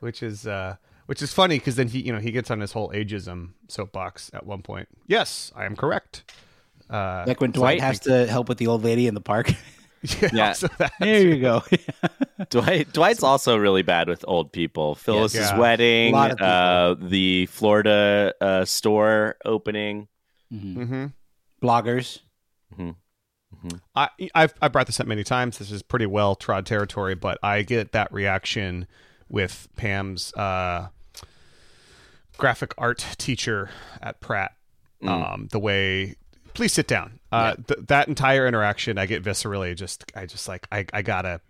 Speaker 3: which is uh, which is funny because then he you know he gets on his whole ageism soapbox at one point. Yes, I am correct. Uh,
Speaker 4: Like when
Speaker 3: so
Speaker 4: Dwight
Speaker 3: I
Speaker 4: has
Speaker 3: think-
Speaker 4: to help with the old lady in the park.
Speaker 5: Yeah.
Speaker 4: there you go.
Speaker 5: Dwight, Dwight's also really bad with old people. Phyllis's
Speaker 4: Yeah.
Speaker 5: wedding,
Speaker 4: A lot of people.
Speaker 5: uh, the Florida uh, store opening.
Speaker 3: Mhm.
Speaker 4: Bloggers.
Speaker 3: I, I've I brought this up many times. This is pretty well trod territory, but I get that reaction with Pam's uh, graphic art teacher at Pratt.
Speaker 5: Mm.
Speaker 3: Um, the way, please sit down. Uh, th- that entire interaction, I get viscerally. Just I just like I, I gotta.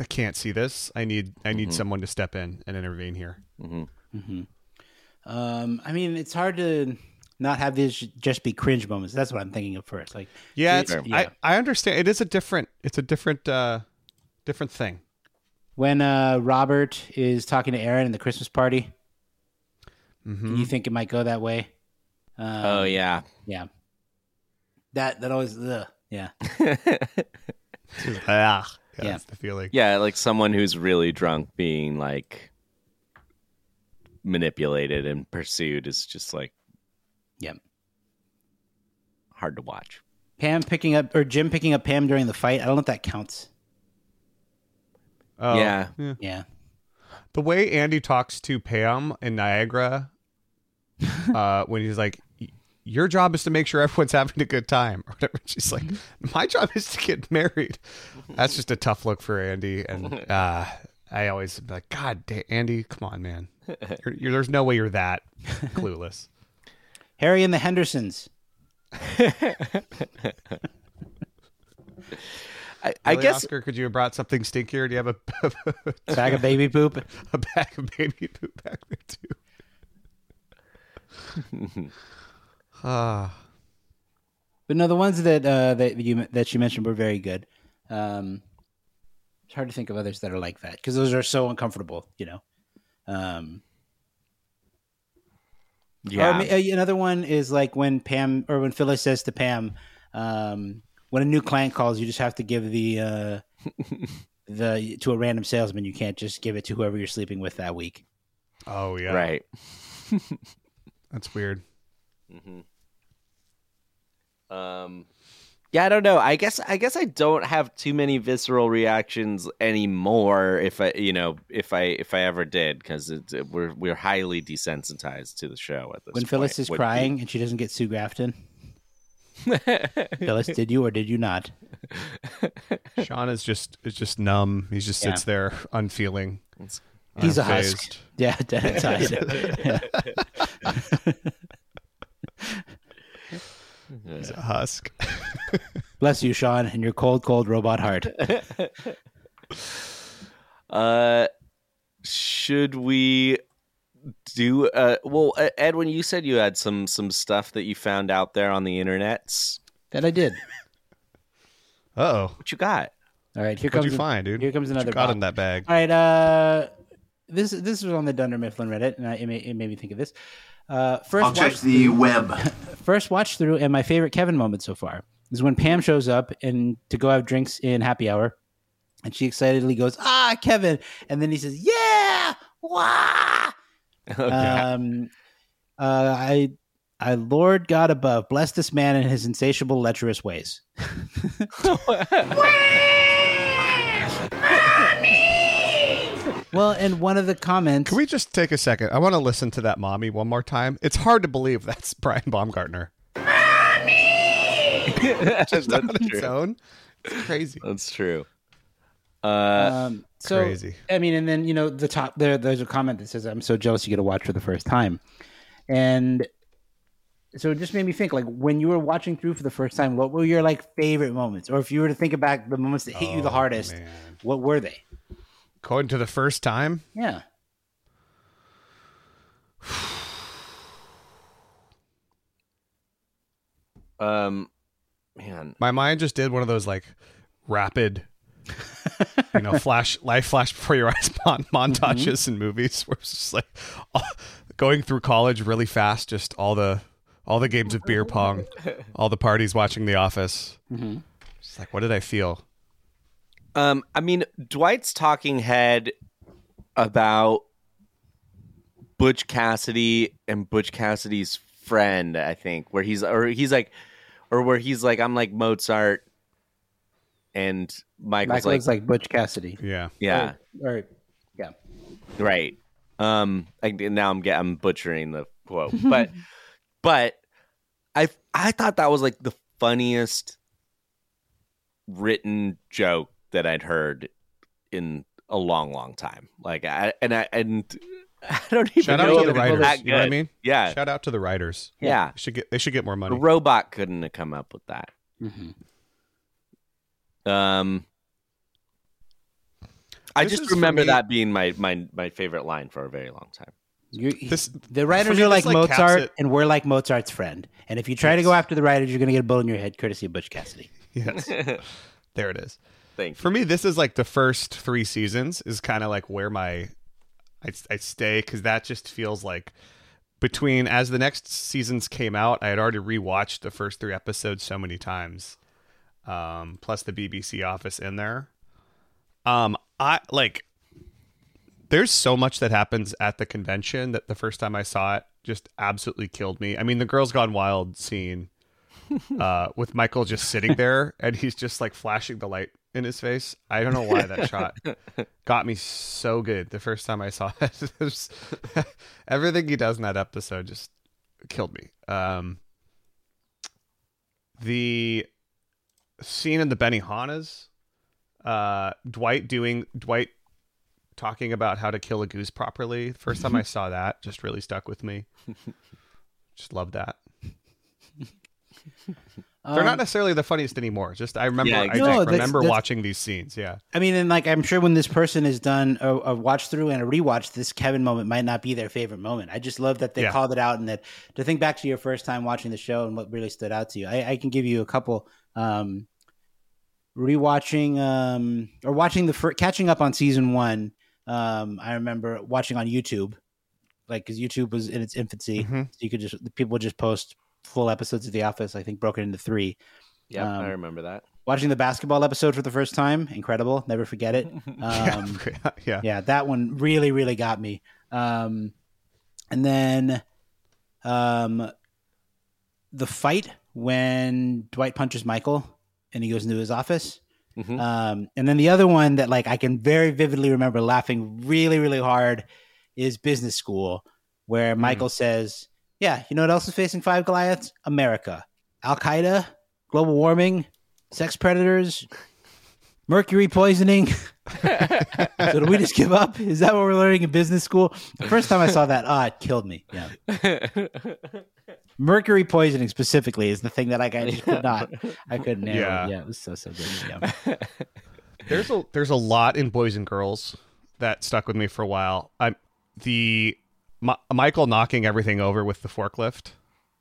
Speaker 3: I can't see this. I need I need
Speaker 5: Mhm.
Speaker 3: someone to step in and intervene here.
Speaker 5: Mm-hmm.
Speaker 4: hmm Um, I mean, it's hard to not have these just be cringe moments. That's what I'm thinking of first. Like,
Speaker 3: Yeah,
Speaker 4: it-
Speaker 3: it's, I I understand. It is a different. It's a different uh, different thing.
Speaker 4: when uh, Robert is talking to Aaron in the Christmas party,
Speaker 3: Mhm.
Speaker 4: you think it might go that way. Um,
Speaker 5: oh yeah,
Speaker 4: yeah. That that always ugh, yeah
Speaker 3: Ah, yeah,
Speaker 4: Yeah.
Speaker 3: That's the feeling.
Speaker 5: yeah, like someone who's really drunk being like manipulated and pursued is just like,
Speaker 4: Yep.
Speaker 5: hard to watch.
Speaker 4: Pam picking up or Jim picking up Pam during the fight. I don't know if that counts.
Speaker 3: Oh,
Speaker 5: Yeah.
Speaker 4: Yeah,
Speaker 3: The way Andy talks to Pam in Niagara, uh, when he's like, "Y- "Your job is to make sure everyone's having a good time," or whatever. She's like,
Speaker 5: Mm-hmm.
Speaker 3: "My job is to get married." That's just a tough look for Andy, and uh, I always am like, "God, da- Andy, come on, man! You're, you're, there's no way you're that clueless."
Speaker 4: Harry and the Hendersons.
Speaker 5: I, I
Speaker 3: Really,
Speaker 5: guess
Speaker 3: Oscar, could you have brought something stinkier? Do you have a,
Speaker 4: Bag of baby poop.
Speaker 3: a bag of baby poop back there too? Ah.
Speaker 4: But no, the ones that uh, that you that you mentioned were very good. Um, it's hard to think of others that are like that because those are so uncomfortable, you know. Um,
Speaker 5: yeah.
Speaker 4: or ma- uh, another one is like when Pam or when Phyllis says to Pam, um, when a new client calls, you just have to give the uh, the to a random salesman. You can't just give it to whoever you're sleeping with that week.
Speaker 3: Oh yeah,
Speaker 5: Right.
Speaker 3: That's weird.
Speaker 5: Mm-hmm. Um, yeah, I don't know. I guess I guess I don't have too many visceral reactions anymore. If I, you know, if I if I ever did, because we're we're highly desensitized to the show at this.
Speaker 4: When
Speaker 5: point,
Speaker 4: Phyllis is
Speaker 5: which-
Speaker 4: crying and she doesn't get Sue Grafton, Phyllis, did you or did you not?
Speaker 3: Sean is just is just numb. He just sits there unfeeling.
Speaker 4: He's a
Speaker 3: unfazed.
Speaker 4: husk. Yeah, that's how I said it. Yeah.
Speaker 3: He's a husk.
Speaker 4: Bless you, Sean, and your cold, cold robot heart.
Speaker 5: Uh, should we do? Uh, well, E- Edwin, you said you had some some stuff that you found out there on the internets.
Speaker 4: That I did.
Speaker 3: Uh oh.
Speaker 5: What you got?
Speaker 4: All right, here
Speaker 3: What'd
Speaker 4: comes
Speaker 3: you find, dude?
Speaker 4: Here comes
Speaker 3: What you
Speaker 4: another
Speaker 3: got
Speaker 4: box.
Speaker 3: in that bag.
Speaker 4: All right, uh, this this was on the Dunder Mifflin Reddit, and I, it, made, it made me think of this. Uh, first,
Speaker 9: I'll check
Speaker 4: watch
Speaker 9: the
Speaker 4: through-
Speaker 9: web.
Speaker 4: First watch through, and my favorite Kevin moment so far is when Pam shows up and to go have drinks in happy hour, and she excitedly goes, "Ah, Kevin!" and then he says, "Yeah, wah!"
Speaker 3: Oh,
Speaker 4: Um, uh, I, I, Lord God above, bless this man in his insatiable, lecherous ways. well, and one of the comments.
Speaker 3: Can we just take a second? I want to listen to that mommy one more time. It's hard to believe that's Brian Baumgartner.
Speaker 5: That's
Speaker 3: on its own. It's crazy.
Speaker 5: That's true. Uh,
Speaker 4: um, so I mean, and then you know the top there. There's a comment that says, "I'm so jealous you get to watch for the first time," and so it just made me think. Like when you were watching through for the first time, what were your like favorite moments, or if you were to think about the moments that hit you the
Speaker 3: Oh,
Speaker 4: hardest, what were they?
Speaker 3: Going to the first time.
Speaker 4: Yeah.
Speaker 5: um, man,
Speaker 3: My mind just did one of those like rapid, you know, flash life flash before your eyes mon- montages
Speaker 5: Mm-hmm.
Speaker 3: in movies where it's just like all- going through college really fast. Just all the all the games of beer pong, all the parties watching The Office.
Speaker 5: Mm-hmm.
Speaker 4: Mhm.
Speaker 3: Just like, what did I feel?
Speaker 5: Um, I mean, Dwight's talking head about Butch Cassidy and Butch Cassidy's friend, I think, where he's or he's like, or where he's like, I'm like Mozart, and
Speaker 4: Michael
Speaker 5: Michael's like, "Oh,
Speaker 4: looks like Butch Cassidy.
Speaker 3: Yeah,
Speaker 5: yeah,
Speaker 4: All right. Yeah.
Speaker 5: right. Um, I, now I'm get, I'm butchering the quote, but but I I thought that was like the funniest written joke that I'd heard in a long, long time. Like I and I and I don't even
Speaker 3: Shout out to
Speaker 5: know
Speaker 3: the
Speaker 5: if it was
Speaker 3: writers.
Speaker 5: that
Speaker 3: You know what I
Speaker 5: good.
Speaker 3: mean?
Speaker 5: Yeah,
Speaker 3: Shout out to the writers.
Speaker 5: Yeah.
Speaker 3: They should get they should get more
Speaker 5: the
Speaker 3: money.
Speaker 5: robot couldn't have come up with that.
Speaker 3: Mm-hmm.
Speaker 5: Um, I
Speaker 3: This is
Speaker 5: just
Speaker 3: for
Speaker 5: remember
Speaker 3: me-
Speaker 5: that being my my my favorite line for a very long time.
Speaker 4: You,
Speaker 3: This-
Speaker 4: the
Speaker 3: for
Speaker 4: writers
Speaker 3: me,
Speaker 4: are
Speaker 3: this,
Speaker 4: like,
Speaker 3: like, caps
Speaker 4: Mozart,
Speaker 3: it.
Speaker 4: and we're like Mozart's friend. And if you try to
Speaker 3: Yes.
Speaker 4: go after the writers, you're going to get a bullet in your head, courtesy of Butch Cassidy.
Speaker 3: Yes. there it is.
Speaker 5: Thank
Speaker 3: For me, this is like the first three seasons is kind of like where my I, I stay because that just feels like between as the next seasons came out, I had already rewatched the first three episodes so many times, um, plus the BBC Office in there. Um, I like there's so much that happens at the convention that the first time I saw it just absolutely killed me. I mean, the Girls Gone Wild scene uh, with Michael just sitting there and he's just like flashing the light in his face. I don't know why that shot got me so good the first time I saw it. It was- Everything he does in that episode just killed me. Um, the scene in the Benihana's, uh, Dwight doing Dwight talking about how to kill a goose properly. The first time I saw that, just really stuck with me. Just love that. They're not
Speaker 4: Um,
Speaker 3: necessarily the funniest anymore. Just I remember,
Speaker 5: Yeah,
Speaker 3: I
Speaker 5: exactly.
Speaker 4: No,
Speaker 3: just
Speaker 4: that's-
Speaker 3: remember
Speaker 4: that's-
Speaker 3: watching these scenes. Yeah,
Speaker 4: I mean, and like I'm sure when this person has done a, a watch through and a rewatch, this Kevin moment might not be their favorite moment. I just love that they
Speaker 3: Yeah.
Speaker 4: called it out and that to think back to your first time watching the show and what really stood out to you. I, I can give you a couple. Um, rewatching um, or watching the fir- catching up on season one. Um, I remember watching on YouTube, like because YouTube was in its infancy,
Speaker 3: Mhm.
Speaker 4: so you could just the people would just post full episodes of The Office. I think broken into three.
Speaker 5: Yeah,
Speaker 4: Um,
Speaker 5: I remember that.
Speaker 4: Watching the basketball episode for the first time, incredible. Never forget it. Um,
Speaker 3: yeah.
Speaker 4: yeah that one really really got me um and then um the fight when dwight punches michael and he goes into his office
Speaker 5: Mhm.
Speaker 4: um and then the other one that like i can very vividly remember laughing really really hard is business
Speaker 5: Hmm.
Speaker 4: school where michael says yeah you know what else is facing five goliaths america Al Qaeda, global warming, sex predators, mercury poisoning. so do we just give up? Is that what we're learning in business school? The first time I saw that, ah, it killed me. Yeah. Mercury poisoning specifically is the thing that like, I just could not. I couldn't. Yeah.
Speaker 3: Yeah.
Speaker 4: Yeah. It was so so good. Yeah.
Speaker 3: there's a there's a lot in boys and girls that stuck with me for a while. I'm the Mi- Michael knocking everything over with the forklift.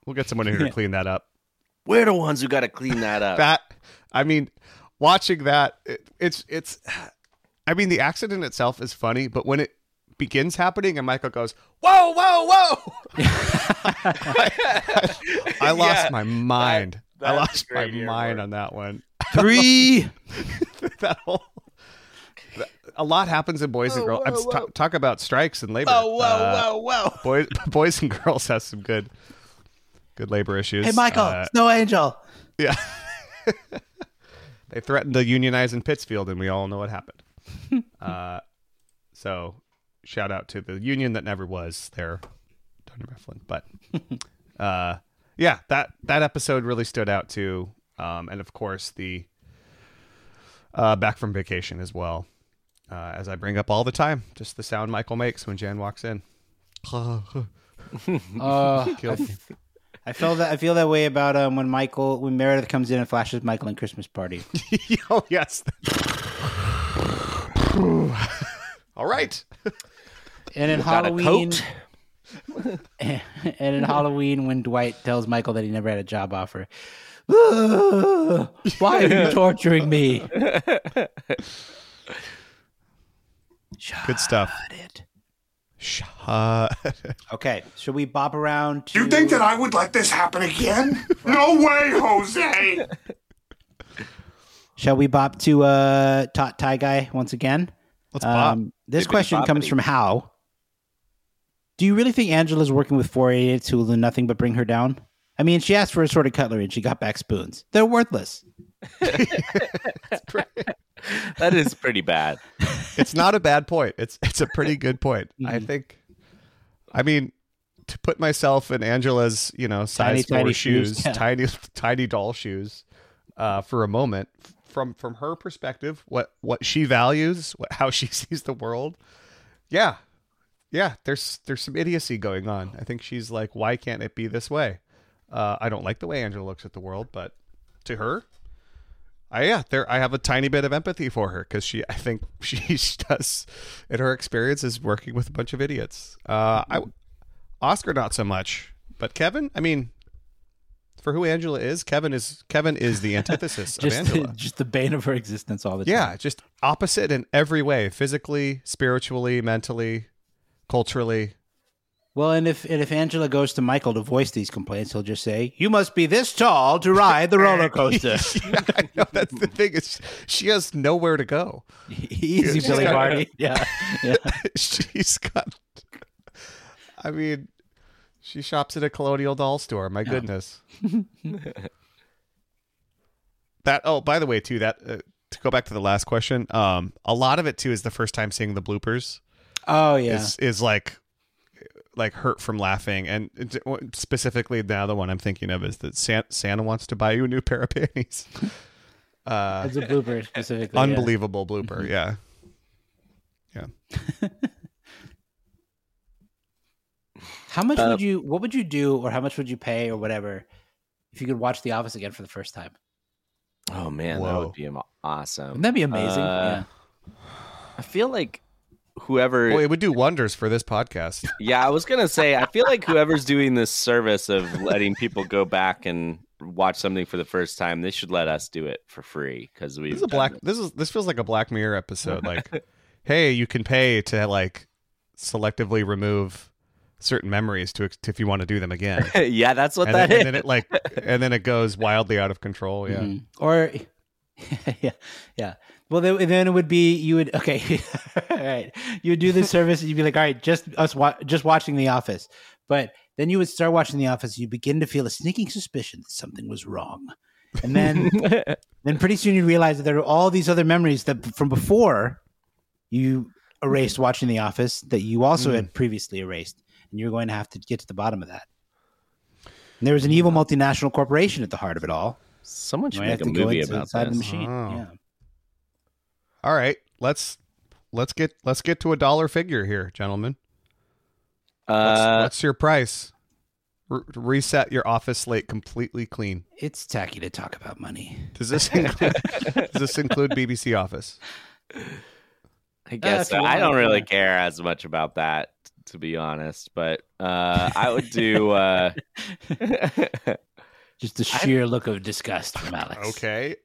Speaker 3: We'll get someone in here to clean that up.
Speaker 5: We're the ones who got to clean that up.
Speaker 3: That I mean, watching that it, it's it's. I mean, the accident itself is funny, but when it begins happening and Michael goes, "Whoa, whoa, whoa!" I, I lost
Speaker 5: Yeah,
Speaker 3: my mind. I
Speaker 5: that's
Speaker 3: lost
Speaker 5: a
Speaker 3: my
Speaker 5: great
Speaker 3: mind on that one.
Speaker 4: Three.
Speaker 3: that whole. that- A lot happens in boys and girls. I'm s- ta- talk about strikes and labor.
Speaker 4: Whoa, whoa,
Speaker 3: whoa, whoa! Boys, boys and girls has some good, good labor issues.
Speaker 4: Hey, Michael,
Speaker 3: Uh,
Speaker 4: Snow Angel.
Speaker 3: yeah. they threatened to unionize in Pittsfield, and we all know what happened. uh, so, shout out to the union that never was there, Tony Mifflin. But uh, yeah, that that episode really stood out too, um, and of course the uh, back from vacation as well, uh, as I bring up all the time, just the sound Michael makes when Jan walks in.
Speaker 4: Uh,
Speaker 3: Killed me.
Speaker 4: I feel that I feel that way about um, when Michael when Meredith comes in and flashes Michael in Christmas Party.
Speaker 3: oh yes. all right.
Speaker 4: And in
Speaker 5: Without a
Speaker 4: Halloween,
Speaker 5: coat.
Speaker 4: and in Halloween, when Dwight tells Michael that he never had a job offer, why are you torturing me?
Speaker 3: Good stuff. Shut.
Speaker 4: Okay, should we bop around? To...
Speaker 11: You think that I would let this happen again? No way, Jose!
Speaker 4: Shall we bop to uh, Tot Tie Guy once again?
Speaker 3: Let's pop.
Speaker 4: Um, this
Speaker 5: Bippity
Speaker 4: question comes
Speaker 5: boppity.
Speaker 4: from How. Do you really think Angela's working with 488s who will do nothing but bring her down? I mean, she asked for assorted cutlery and she got back spoons. They're worthless.
Speaker 5: that is pretty bad.
Speaker 3: it's not a bad point. It's it's a pretty good point. I
Speaker 4: Mm-hmm.
Speaker 3: think. I mean, to put myself in Angela's you know
Speaker 4: Tiny,
Speaker 3: size four
Speaker 4: tiny
Speaker 3: shoes,
Speaker 4: shoes, yeah.
Speaker 3: tiny tiny doll shoes, uh, for a moment from from her perspective, what what she values, what, how she sees the world. Yeah, yeah. There's there's some idiocy going on. I think she's like, why can't it be this way? Uh, I don't like the way Angela looks at the world, but to her, I yeah, there I have a tiny bit of empathy for her because she I think she does in her experience is working with a bunch of idiots. Uh, I Oscar not so much, but Kevin. I mean, for who Angela is, Kevin is Kevin is the antithesis of
Speaker 4: Just the,
Speaker 3: Angela.
Speaker 4: just the bane of her existence all the time.
Speaker 3: yeah, just opposite in every way, physically, spiritually, mentally, culturally.
Speaker 4: Well, and if and if Angela goes to Michael to voice these complaints, he'll just say, "You must be this tall to ride the roller coaster."
Speaker 3: yeah, I know that's the thing is she has nowhere to go.
Speaker 4: Easy, Billy Barty. Yeah, yeah.
Speaker 3: she's got i mean she shops at a colonial doll store my goodness that oh by the way too that uh, to go back to the last question um a lot of it too is the first time seeing the bloopers
Speaker 4: Oh yeah.
Speaker 3: is is like like hurt from laughing and it- specifically now the one i'm thinking of is that San- santa wants to buy you a new pair of panties uh
Speaker 4: It's a blooper specifically. yeah. Mm-hmm.
Speaker 3: unbelievable blooper yeah
Speaker 4: How much
Speaker 5: Uh,
Speaker 4: would you? What would you do, or how much would you pay, or whatever, if you could watch The Office again for the first time?
Speaker 5: Oh man, that
Speaker 3: Whoa.
Speaker 5: would be am- awesome.
Speaker 4: Wouldn't that be amazing?
Speaker 5: Uh, I feel like whoever.
Speaker 3: well it would do wonders for this podcast
Speaker 5: Yeah, I was gonna say. I feel like whoever's doing this service of letting people go back and watch something for the first time, they should let us do it for free because we.
Speaker 3: This is a black. This is this feels like a Black Mirror episode. Like, hey, you can pay to like selectively remove certain memories to, to if you want to do them again.
Speaker 5: yeah, that's what
Speaker 3: and,
Speaker 5: that
Speaker 3: then,
Speaker 5: is. Mm-hmm.
Speaker 3: and then it like and then it goes wildly out of control. Oh, Yeah,
Speaker 4: Mhm. Or, yeah, yeah. Well, then, then it would be you would okay. all right, you would do this service, and you'd be like, all right, just us wa- just watching The Office. But then you would start watching The Office. You begin to feel a sneaking suspicion that something was wrong, and then then pretty soon you realize that there are all these other memories that from before you erased watching The Office that you also had previously erased, and you're going to have to get to the bottom of that. And there was an evil multinational corporation at the heart of it all.
Speaker 5: Someone
Speaker 3: should make a movie about
Speaker 4: inside
Speaker 3: this.
Speaker 4: the machine.
Speaker 3: Oh.
Speaker 4: Yeah.
Speaker 3: All right, let's let's get let's get to a dollar figure here, gentlemen. What's,
Speaker 5: Uh,
Speaker 3: what's your price? R- reset your office slate completely clean.
Speaker 4: It's tacky to talk about money.
Speaker 3: Does this include, does this include BBC Office?
Speaker 5: I guess
Speaker 3: if you
Speaker 5: so.
Speaker 3: want,
Speaker 5: I don't really
Speaker 3: yeah.
Speaker 5: care as much about that, to be honest. But uh, I would do. Uh,
Speaker 4: Just the sheer look of disgust from Alex.
Speaker 3: Okay.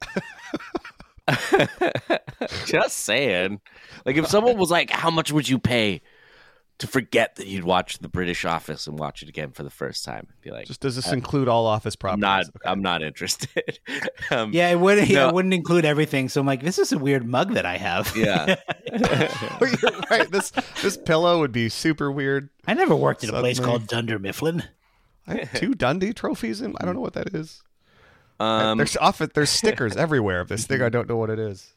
Speaker 5: just saying, like if someone was like, "How much would you pay to forget that you'd watch The British Office and watch it again for the first time?" I'd be like,
Speaker 3: Just does this
Speaker 5: I-
Speaker 3: include all office
Speaker 5: I'm
Speaker 3: properties?
Speaker 5: not. I'm not interested. um,
Speaker 4: Yeah, it wouldn't.
Speaker 5: No.
Speaker 4: Yeah, it wouldn't include everything. So I'm like, this is a weird mug that I have.
Speaker 5: Yeah.
Speaker 3: Oh, You're right. This this pillow would be super weird.
Speaker 4: I never worked at a place
Speaker 3: Suddenly-
Speaker 4: called Dunder Mifflin.
Speaker 3: I have two Dundee trophies in. I don't know what that is.
Speaker 5: Um,
Speaker 3: there's often there's stickers everywhere of this thing. I don't know what it is.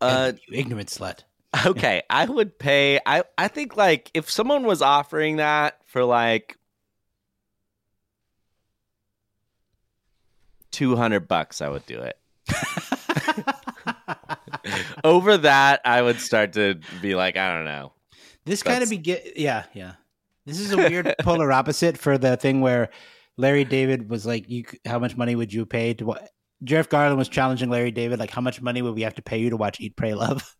Speaker 5: uh,
Speaker 4: You ignorant slut.
Speaker 5: okay i would pay i i think like if someone was offering that for like 200 bucks i would do it over that i would start to be like i don't know
Speaker 4: This kind of begin. Yeah, yeah. This is a weird polar opposite for the thing where Larry David was like, "You, c- how much money would you pay to what?" Jeff Garland was challenging Larry David, like, "How much money would we have to pay you to watch Eat, Pray, Love?"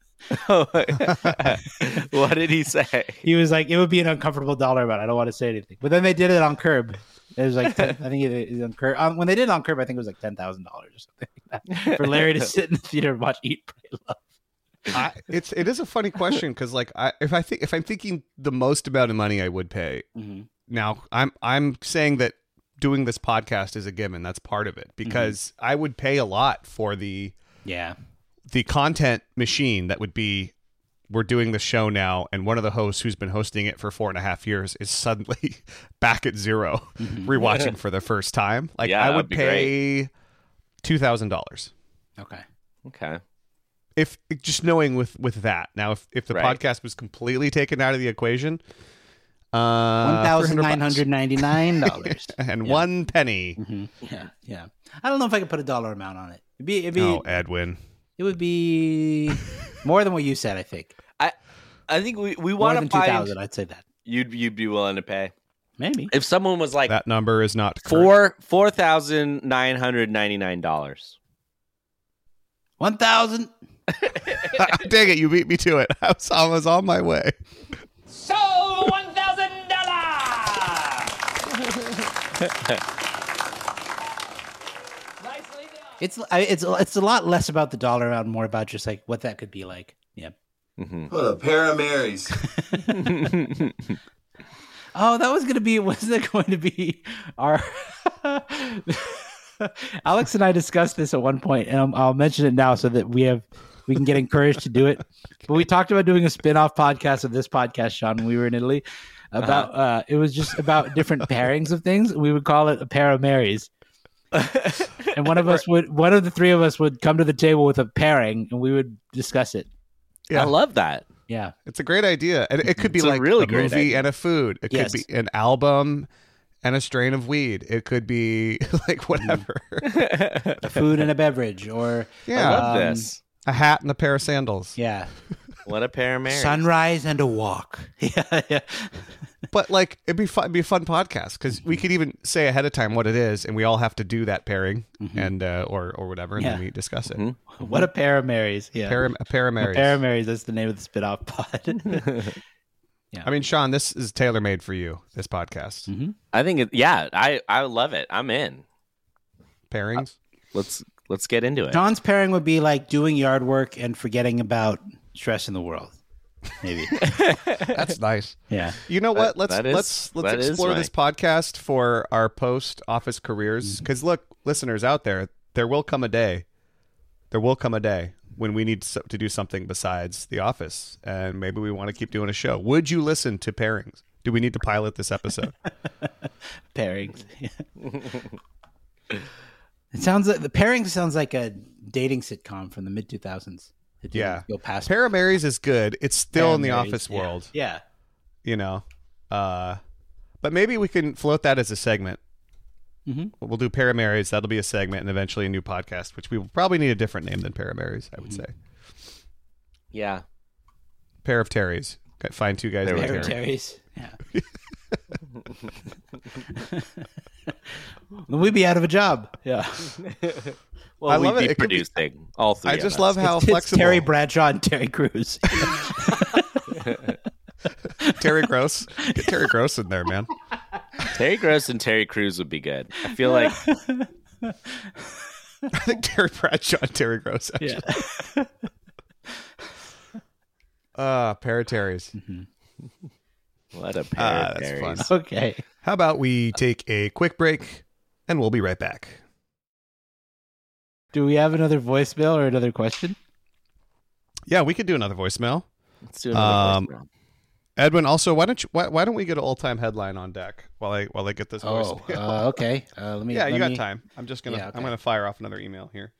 Speaker 5: what did he say
Speaker 4: He was like, "It would be an uncomfortable dollar amount. I don't want to say anything." But then they did it on Curb. It was like 10 I think it is on Curb. Um, when they did it on Curb, I think it was like ten thousand dollars or something like that for Larry to sit in the theater and watch Eat, Pray, Love.
Speaker 3: I, it's it is a funny question because like I, if I think if I'm thinking the most amount of money I would pay
Speaker 4: Mhm.
Speaker 3: now I'm I'm saying that doing this podcast is a given that's part of it because I would pay a lot for the
Speaker 4: Yeah.
Speaker 3: the content machine that would be we're doing the show now and one of the hosts who's been hosting it for four and a half years is suddenly back at 0 rewatching for the first time like
Speaker 5: Mm-hmm. Yeah,
Speaker 3: I
Speaker 5: that'd
Speaker 3: would
Speaker 5: be
Speaker 3: pay two thousand dollars
Speaker 4: Okay.
Speaker 5: okay
Speaker 3: if just knowing with with that now if, if the
Speaker 5: Right.
Speaker 3: podcast was completely taken out of the equation uh
Speaker 4: One thousand nine
Speaker 3: 300
Speaker 4: hundred ninety nine
Speaker 3: bucks.
Speaker 4: dollars.
Speaker 3: and one penny
Speaker 4: Yeah, yeah. I don't know if I could put a dollar amount on it. It'd be, it'd be,
Speaker 3: no Oh, edwin
Speaker 4: it would be more than what you said. I think
Speaker 5: i i think we we
Speaker 4: more
Speaker 5: want
Speaker 4: than
Speaker 5: to
Speaker 4: two
Speaker 5: find
Speaker 4: thousand. I'd say that
Speaker 5: you'd you'd be willing to pay
Speaker 4: maybe.
Speaker 5: if someone was like
Speaker 3: that number is not correct.
Speaker 5: four four thousand nine hundred ninety nine dollars
Speaker 4: One thousand.
Speaker 3: dang it you beat me to it i was, I was on my way
Speaker 8: So one thousand dollar.
Speaker 4: It's I, it's it's a lot less about the dollar amount, more about just like what that could be like. Yeah.
Speaker 9: What a pair of Marys.
Speaker 4: Oh, that was gonna be was that going to be our. Alex and I discussed this at one point, and I'll- I'll mention it now so that we have we can get encouraged to do it. But we talked about doing a spin-off podcast of this podcast, Sean. When we were in Italy, about uh it was just about different pairings of things. We would call it a pair of Marys, and one of us would one of the three of us would come to the table with a pairing, and we would discuss it.
Speaker 3: Yeah.
Speaker 5: i love that
Speaker 4: Yeah,
Speaker 3: it's a great idea and it could be
Speaker 5: It's a
Speaker 3: like
Speaker 5: really
Speaker 3: a
Speaker 5: great
Speaker 3: movie
Speaker 5: idea.
Speaker 3: and a food it
Speaker 4: Yes.
Speaker 3: could be an album and a strain of weed it could be
Speaker 4: Mm.
Speaker 3: like whatever
Speaker 4: a food and a beverage, or
Speaker 5: i
Speaker 3: yeah
Speaker 5: love
Speaker 4: Um,
Speaker 5: this
Speaker 3: a hat and a pair of sandals
Speaker 4: yeah,
Speaker 5: what a pair of Marys.
Speaker 4: sunrise and a walk. yeah, yeah.
Speaker 3: But like it'd be fun, it'd be a fun podcast because we could even say ahead of time what it is, and we all have to do that pairing and uh, or or whatever, and then
Speaker 4: Mm-hmm. Yeah.
Speaker 3: we discuss it.
Speaker 5: Mhm.
Speaker 4: What a pair of Marys. Yeah.
Speaker 3: Param- a
Speaker 4: A
Speaker 3: Paramaries.
Speaker 4: pair of Marys. That's the name of the spin-off pod.
Speaker 3: I mean, Sean, this is tailor made for you. This podcast
Speaker 4: Mm-hmm.
Speaker 5: I think it, yeah, I I love it. I'm in.
Speaker 3: pairings.
Speaker 5: Let's let's get into it.
Speaker 4: John's pairing would be like doing yard work and forgetting about stress in the world. Maybe. Uh,
Speaker 3: That's nice.
Speaker 4: yeah.
Speaker 3: You know what? Let's
Speaker 5: that is-
Speaker 3: let's let's
Speaker 5: that is
Speaker 3: explore this podcast for our post office careers. Because look, listeners out there, there will come a day, there will come a day when we need so- to do something besides the office, and maybe we want to keep doing a show. Would you listen to pairings? Do we need to pilot this episode?
Speaker 4: Pairings. it sounds like the pairing sounds like a dating sitcom from the mid two thousands.
Speaker 3: Yeah.
Speaker 4: You'll pass
Speaker 3: Paramaries is good. It's still in the
Speaker 4: Paramaries,
Speaker 3: office
Speaker 4: yeah.
Speaker 3: world,
Speaker 4: Yeah.
Speaker 3: you know. Uh, But maybe we can float that as a segment.
Speaker 4: Mhm.
Speaker 3: We'll do Paramarys. That'll be a segment and eventually a new podcast, which we will probably need a different name than Paramarys, I would say.
Speaker 5: Yeah.
Speaker 3: Pair of Terrys. Got- Find two guys.
Speaker 5: There
Speaker 3: named
Speaker 5: we go.
Speaker 3: Terry.
Speaker 4: Terry's. Yeah. then we'd be out of a job. Yeah.
Speaker 5: Well,
Speaker 3: I
Speaker 5: we'd
Speaker 3: love it.
Speaker 5: be
Speaker 3: It could be-
Speaker 5: producing all three.
Speaker 3: I
Speaker 5: of
Speaker 3: just
Speaker 5: us.
Speaker 3: love how
Speaker 4: It's
Speaker 3: flexible
Speaker 4: Terry Bradshaw and Terry Crews.
Speaker 3: Terry Gross. Get Terry Gross in there, man.
Speaker 5: Terry Gross and Terry Crews would be good. I feel like
Speaker 3: I think Terry Bradshaw and Terry Gross. Actually.
Speaker 4: yeah.
Speaker 3: Uh, Paraterries.
Speaker 5: what a pair
Speaker 3: Ah,
Speaker 5: of
Speaker 3: that's fun.
Speaker 5: Terrys.
Speaker 4: Okay.
Speaker 3: How about we take a quick break and we'll be right back.
Speaker 4: Do we have another voicemail or another question?
Speaker 3: Yeah, we could do another voicemail.
Speaker 5: Let's do another
Speaker 3: Um,
Speaker 5: voicemail.
Speaker 3: Edwin, also, why don't you why, why don't we get an all time headline on deck while I while I get this
Speaker 4: Oh,
Speaker 3: voicemail?
Speaker 4: uh, okay. Uh, let me.
Speaker 3: yeah, you
Speaker 4: let
Speaker 3: got
Speaker 4: me-
Speaker 3: time. I'm just gonna
Speaker 4: Yeah, okay.
Speaker 3: I'm gonna fire off another email here.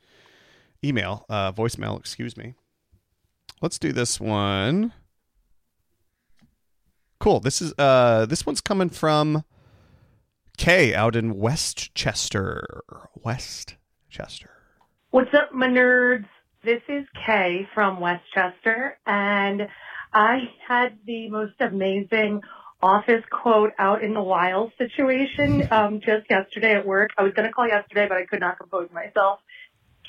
Speaker 3: Email, uh, voicemail, excuse me. Let's do this one. Cool. This is uh this one's coming from Kay out in Westchester. Westchester.
Speaker 10: What's up, my nerds? This is Kay from Westchester, and I had the most amazing office quote out in the wild situation um, just yesterday at work. I was going to call yesterday, but I could not compose myself.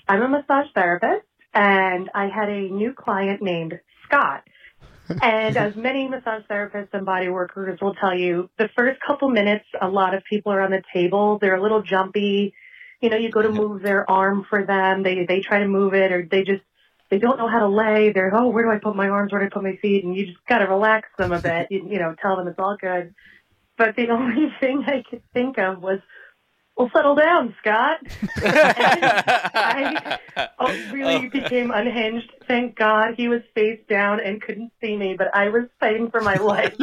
Speaker 10: I'm a massage therapist, and I had a new client named Scott. And as many massage therapists and body workers will tell you, the first couple minutes, a lot of people are on the table. They're a little jumpy. You know, you go to move their arm for them. They they try to move it, or they just they don't know how to lay. They're oh, where do I put my arms? Where do I put my feet? And you just gotta relax them a bit. You, you know, tell them it's all good. But the only thing I could think of was, well, settle down, Scott.
Speaker 5: Um,
Speaker 10: I oh, really became unhinged. Thank God he was face down and couldn't see me, but I was fighting for my life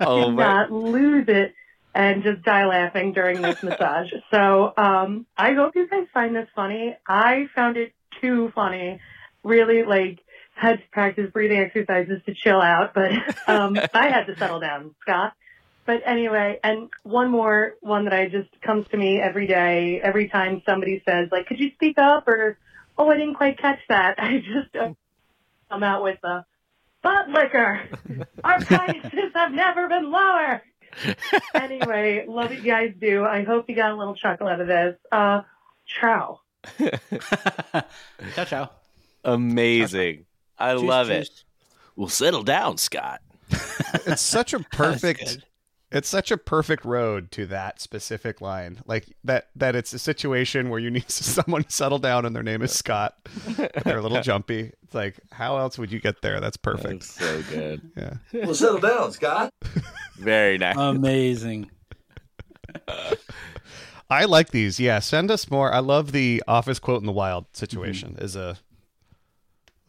Speaker 5: Oh,
Speaker 10: did
Speaker 5: my-
Speaker 10: not lose it and just die laughing during this massage. So um, I hope you guys find this funny. I found it too funny. Really, like, had to practice breathing exercises to chill out, but um, I had to settle down, Scott. But anyway, and one more one that I just comes to me every day, every time somebody says, like, could you speak up? Or, oh, I didn't quite catch that. I just uh, come out with the butt liquor. Our prices have never been lower. anyway, love what you guys do. I hope you got a little chuckle out of this. Uh, ciao.
Speaker 4: Ciao, ciao.
Speaker 5: amazing. I
Speaker 4: Juice,
Speaker 5: love it.
Speaker 4: juice.
Speaker 5: Well, settle down, Scott.
Speaker 3: It's such a perfect
Speaker 4: good.
Speaker 3: it's such a perfect road to that specific line. Like that that it's a situation where you need someone to settle down and their name is Scott. But they're a little jumpy. It's like, how else would you get there? That's perfect.
Speaker 5: That's so good.
Speaker 3: Yeah.
Speaker 9: Well, settle down, Scott.
Speaker 5: Very nice.
Speaker 4: Amazing.
Speaker 3: I like these. Yeah, send us more. I love the office quote in the wild situation.
Speaker 4: Mm-hmm.
Speaker 3: Is a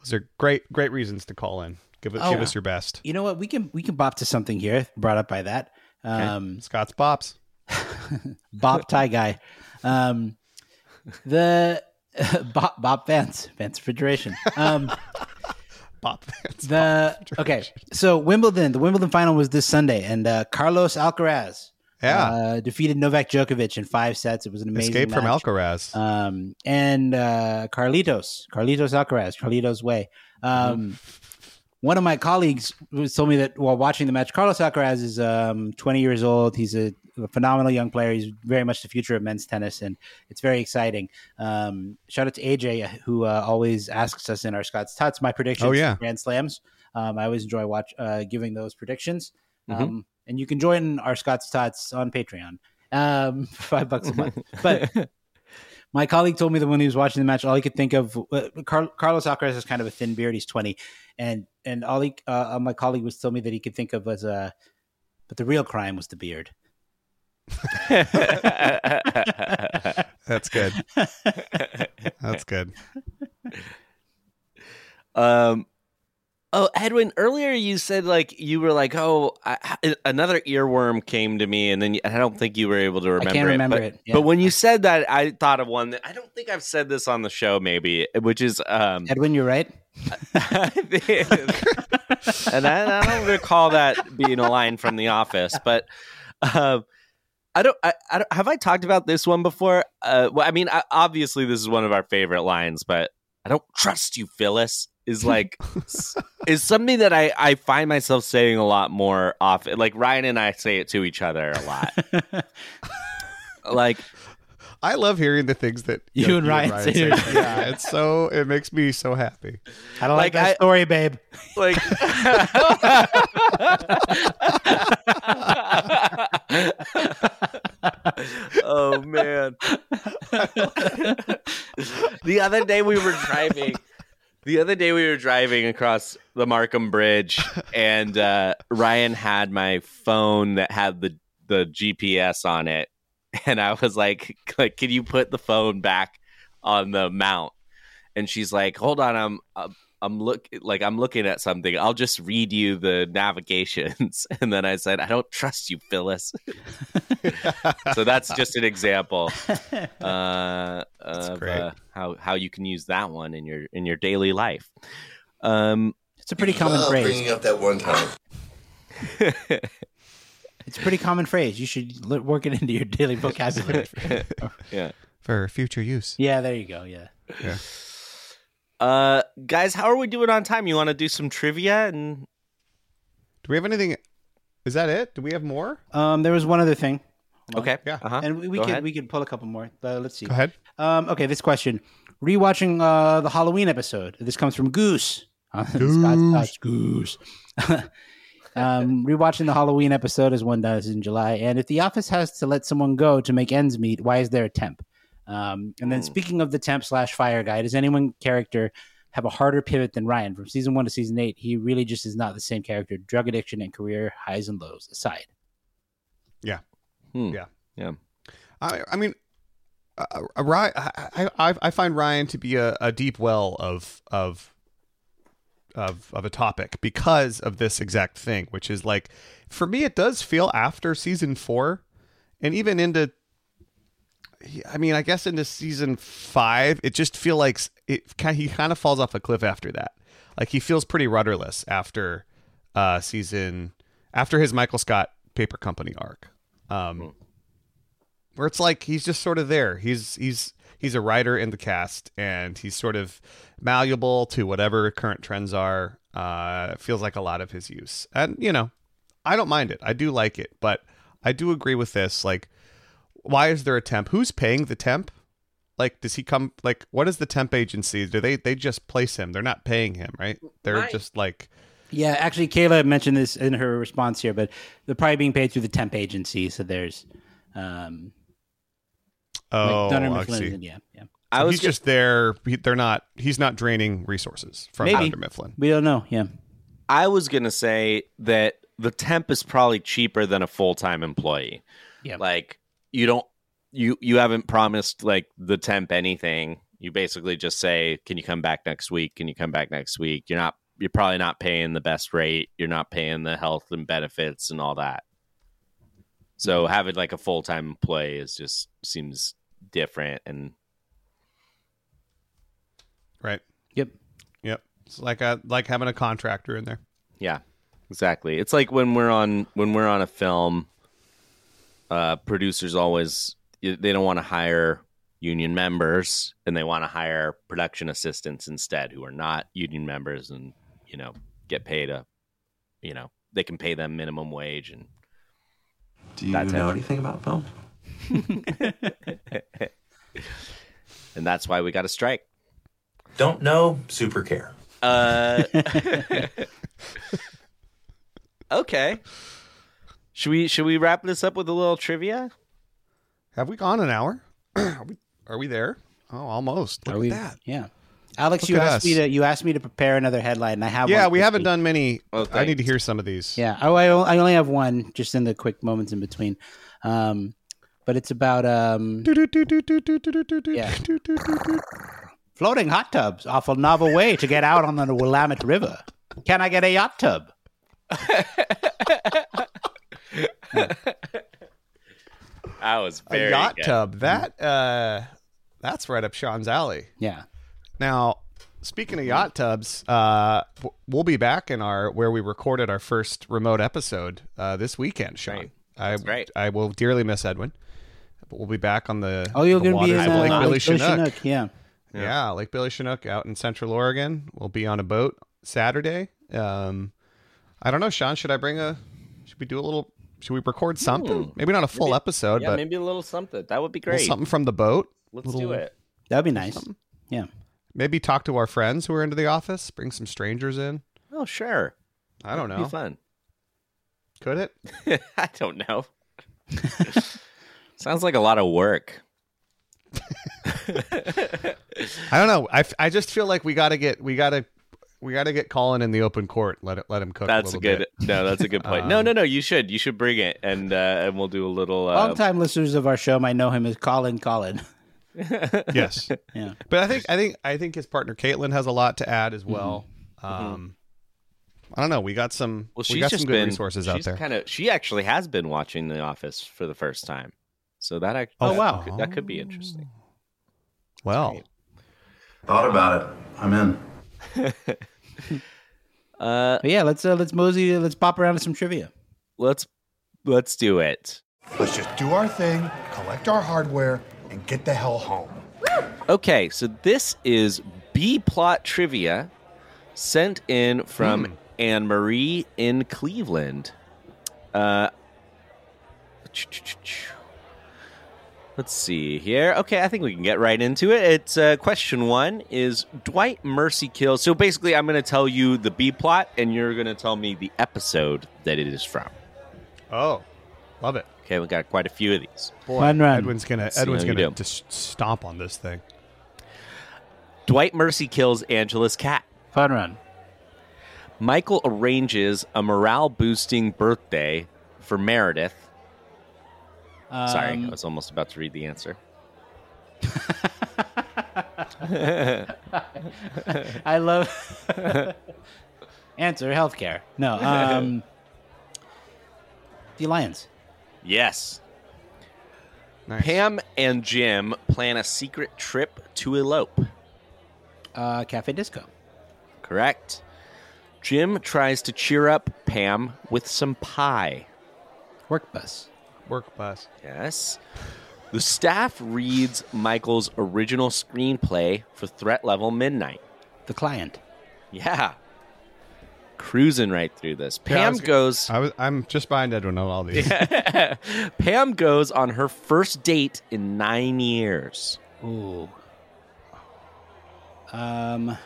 Speaker 3: those are great great reasons to call in. Give it,
Speaker 4: Oh.
Speaker 3: give us your best.
Speaker 4: You know what? We can we can bop to something here brought up by that. Um,
Speaker 3: Scott's pops.
Speaker 4: Bob Tie Guy. Um, the Bob, Bob Vance, Vance Refrigeration. Um,
Speaker 3: Pop fans.
Speaker 4: the okay, so Wimbledon, the Wimbledon final was this Sunday, and uh, Carlos Alcaraz
Speaker 3: Yeah.
Speaker 4: uh, defeated Novak Djokovic in five sets. It was an amazing
Speaker 3: Escape from
Speaker 4: match.
Speaker 3: Alcaraz.
Speaker 4: Um, and uh, Carlitos, Carlitos Alcaraz, Carlitos Way. Um,
Speaker 3: Mm-hmm.
Speaker 4: one of my colleagues was- told me that while watching the match, Carlos Alcaraz is um, 20 years old. He's a, a phenomenal young player. He's very much the future of men's tennis, and it's very exciting. Um, shout out to AJ, who uh, always asks us in our Scott's Tots my predictions
Speaker 3: Oh, yeah.
Speaker 4: for Grand Slams. Um, I always enjoy watch uh, giving those predictions.
Speaker 5: Mm-hmm.
Speaker 4: Um, and you can join our Scott's Tots on Patreon um, for five bucks a month. But my colleague told me that when he was watching the match, all he could think of uh, Car- Carlos Alcaraz is kind of a thin beard. He's twenty, and and all he, uh, my colleague was telling me that he could think of was uh, but the real crime was the beard.
Speaker 3: That's good. That's good.
Speaker 5: Um, oh, Edwin, earlier you said like you were like, oh, I, I- another earworm came to me, and then you, I don't think you were able to remember.
Speaker 4: I can't remember
Speaker 5: it. but-
Speaker 4: it. Yeah.
Speaker 5: But when you said that, I thought of one that I don't think I've said this on the show, maybe, which is um,
Speaker 4: Edwin, you're right.
Speaker 5: and I, I don't recall that being a line from The Office, but Um, I don't. I, I don't. Have I talked about this one before? Uh, well, I mean, I, obviously, this is one of our favorite lines, but I don't trust you, Phyllis. Is like s- is something that I I find myself saying a lot more often. Like Ryan and I say it to each other a lot. like,
Speaker 3: I love hearing the things that
Speaker 5: You and Ryan say to each other.
Speaker 3: yeah, it's so it makes me so happy.
Speaker 4: I don't like, that story, babe.
Speaker 5: Like, oh man. the other day we were driving. The other day we were driving across the Markham Bridge, and uh, Ryan had my phone that had the the GPS on it, and I was like, "Like, can you put the phone back on the mount?" And she's like, "Hold on, I'm." I'm I'm look like I'm looking at something. I'll just read you the navigations, and then I said, "I don't trust you, Phyllis." so that's just an example uh, of
Speaker 3: great.
Speaker 5: uh, how how you can use that one in your in your daily life. Um,
Speaker 4: it's a pretty common Love phrase. bringing
Speaker 5: up that one time.
Speaker 4: It's a pretty common phrase. You should li- work it into your daily vocabulary.
Speaker 5: yeah.
Speaker 3: For future use.
Speaker 4: yeah, there you go. Yeah.
Speaker 3: Yeah.
Speaker 5: Uh, guys, how are we doing on time? You want to do some trivia and
Speaker 3: Do we have anything? Is that it? Do we have more?
Speaker 4: Um, there was one other thing. Hold on.
Speaker 5: okay? Yeah. Uh-huh.
Speaker 4: And we, we
Speaker 5: Go
Speaker 4: could
Speaker 5: ahead.
Speaker 4: we could pull a couple more. Uh, let's see.
Speaker 3: Go ahead.
Speaker 4: Um, okay, this question: rewatching uh, the Halloween episode. This comes from Goose. Uh, Scott's- Scott's Goose. um, rewatching the Halloween episode as one does in July. And if the office has to let someone go to make ends meet, why is there a temp? Um, and then
Speaker 5: Hmm.
Speaker 4: speaking of the temp slash fire guy, does anyone character have a harder pivot than Ryan from season one to season eight? He really just is not the same character. Drug addiction and career highs and lows aside.
Speaker 3: Yeah.
Speaker 5: Hmm.
Speaker 3: Yeah.
Speaker 5: Yeah.
Speaker 3: I, I mean, uh, uh, Ry- I, I, I- I find Ryan to be a, a deep well of of of of a topic because of this exact thing, which is like, for me, it does feel after season four, and even into. I mean, I guess into season five, it just feel like s- it. ki- He kind of falls off a cliff after that. Like he feels pretty rudderless after uh season after his Michael Scott paper company arc. Um, where it's like he's just sort of there. He's he's he's a writer in the cast, and he's sort of malleable to whatever current trends are. Uh, it feels like a lot of his use, and you know, I don't mind it. I do like it, but I do agree with this. Like, why is there a temp? Who's paying the temp? Like, does he come? Like, what is the temp agency? Do they they just place him? They're not paying him, right? They're
Speaker 5: Right.
Speaker 3: just like
Speaker 4: Yeah, actually, Kayla mentioned this in her response here, but they're probably being paid through the temp agency. So there's, um,
Speaker 3: oh,
Speaker 4: like Dunner
Speaker 3: I see.
Speaker 4: McFlynn. Yeah, yeah.
Speaker 5: I
Speaker 3: So
Speaker 5: was
Speaker 3: he's just there. He, they're not. He's not draining resources from
Speaker 4: Maybe.
Speaker 3: Dr. Mifflin.
Speaker 4: We don't know. Yeah.
Speaker 5: I was gonna say that the temp is probably cheaper than a full time employee.
Speaker 4: Yep.
Speaker 5: Like you don't you you haven't promised like the temp anything. You basically just say, Can you come back next week? Can you come back next week? You're not you're probably not paying the best rate. You're not paying the health and benefits and all that. So having like a full time employee is just seems different and
Speaker 3: Right.
Speaker 4: Yep.
Speaker 3: Yep. It's like a like having a contractor in there.
Speaker 5: Yeah, exactly. It's like when we're on when we're on a film, uh, producers always they don't want to hire union members, and they want to hire production assistants instead, who are not union members, and you know get paid a, you know they can pay them minimum wage and.
Speaker 12: Do you
Speaker 5: That's
Speaker 12: know
Speaker 5: it.
Speaker 12: anything about film?
Speaker 5: and that's why we got a strike.
Speaker 12: Don't know, super care.
Speaker 5: Uh, okay. Should we should we wrap this up with a little trivia?
Speaker 3: Have we gone an hour? are, we, are we there? Oh, almost. Look
Speaker 4: Are
Speaker 3: at
Speaker 4: we-
Speaker 3: that.
Speaker 4: Yeah. Alex,
Speaker 3: Look
Speaker 4: you
Speaker 3: at
Speaker 4: asked
Speaker 3: us.
Speaker 4: me to you asked me to prepare another headline. and I have.
Speaker 3: Yeah,
Speaker 4: one
Speaker 3: we
Speaker 4: this
Speaker 3: haven't
Speaker 4: week.
Speaker 3: done many. I need to hear some of these.
Speaker 4: Yeah. Oh, I, I only have one, just in the quick moments in between. Um, but it's about um, yeah. floating hot tubs. Awful novel way to get out on the Willamette River. Can I get a yacht tub?
Speaker 5: I was
Speaker 3: A
Speaker 5: very
Speaker 3: yacht
Speaker 5: good.
Speaker 3: tub. That uh, that's right up Sean's alley.
Speaker 4: Yeah.
Speaker 3: Now, speaking of yacht tubs, uh, w- we'll be back in our where we recorded our first remote episode uh, this weekend, Sean. I I will dearly miss Edwin. But we'll be back on the
Speaker 4: Oh, you're
Speaker 3: the
Speaker 4: going to be in
Speaker 3: waters of
Speaker 4: uh,
Speaker 3: Lake Billy Chinook.
Speaker 4: Chinook, Yeah.
Speaker 3: Yeah. Lake Billy Chinook out in Central Oregon. We'll be on a boat Saturday. Um, I don't know, Sean. Should I bring a? Should we do a little? Should we record something?
Speaker 5: Hmm.
Speaker 3: Maybe not a full
Speaker 5: Maybe-
Speaker 3: episode,
Speaker 5: yeah,
Speaker 3: but
Speaker 5: maybe a little something. That would
Speaker 3: a
Speaker 5: be
Speaker 3: little
Speaker 5: great.
Speaker 3: something from the boat.
Speaker 5: Let's
Speaker 3: Little-
Speaker 5: do it.
Speaker 4: That'd be nice. Yeah.
Speaker 3: Maybe talk to our friends who are into the office. Bring some strangers in.
Speaker 5: Oh, sure.
Speaker 3: I don't
Speaker 5: That'd
Speaker 3: know.
Speaker 5: Be fun.
Speaker 3: Could it?
Speaker 5: I don't know. Sounds like a lot of work.
Speaker 3: I don't know. I, f- I just feel like we gotta get we gotta we gotta get Colin in the open court. Let it, let him cook.
Speaker 5: That's
Speaker 3: a,
Speaker 5: a,
Speaker 3: little
Speaker 5: good.
Speaker 3: Bit. Um,
Speaker 5: No, that's a good point. no, no, no. You should. You should bring it, and uh, and we'll do a little. Uh,
Speaker 4: Longtime listeners of our show might know him as Colin Colin.
Speaker 3: yes.
Speaker 4: Yeah.
Speaker 3: But I think I think I think his partner Caitlin has a lot to add
Speaker 5: Mm-hmm.
Speaker 3: as well. Um, I don't know. We got some.
Speaker 5: Well,
Speaker 3: we
Speaker 5: she's
Speaker 3: got
Speaker 5: just
Speaker 3: some good
Speaker 5: been
Speaker 3: resources out
Speaker 5: she's
Speaker 3: there.
Speaker 5: Kind of. She actually has been watching The Office for the first time, so that act-
Speaker 3: Oh,
Speaker 5: that
Speaker 3: wow.
Speaker 5: could- that could be interesting.
Speaker 3: Well,
Speaker 12: Thought about it. I'm in.
Speaker 5: Uh,
Speaker 4: yeah, let's uh, let's mosey, let's pop around to some trivia.
Speaker 3: Oh.
Speaker 5: Let's let's do it.
Speaker 11: Let's just do our thing, collect our hardware, and get the hell home.
Speaker 5: Okay, so this is B plot trivia sent in from Anne Marie in Cleveland. Uh, let's see here. Okay, I think we can get right into it. It's uh, question one is Dwight Mercy kills. So basically, I'm going to tell you the B plot, and you're going to tell me the episode that it is from.
Speaker 3: Oh, love it.
Speaker 5: Okay, we got quite a few of these.
Speaker 3: Boy,
Speaker 4: Fun run.
Speaker 3: Edwin's gonna
Speaker 5: Let's see
Speaker 3: Edwin's
Speaker 5: how you
Speaker 3: gonna
Speaker 5: do.
Speaker 3: just stomp on this thing.
Speaker 5: Dwight Mercy kills Angela's cat.
Speaker 4: Fun run.
Speaker 5: Michael arranges a morale boosting birthday for Meredith. Sorry, I
Speaker 4: Um,
Speaker 5: was almost about to read the answer.
Speaker 4: I love answer healthcare. No, um, the Alliance.
Speaker 5: Yes.
Speaker 3: Nice.
Speaker 5: Pam and Jim plan a secret trip to elope.
Speaker 4: Uh, Cafe Disco.
Speaker 5: Correct. Jim tries to cheer up Pam with some pie.
Speaker 4: Work bus.
Speaker 3: Work bus.
Speaker 5: Yes. The staff reads Michael's original screenplay for Threat Level Midnight.
Speaker 4: The client.
Speaker 5: Yeah. Cruising right through this.
Speaker 3: Yeah, I
Speaker 5: Pam
Speaker 3: was-
Speaker 5: goes
Speaker 3: I was, I'm just behind Edwin on all these.
Speaker 5: Pam goes on her first date in 9 years.
Speaker 4: Ooh. Um,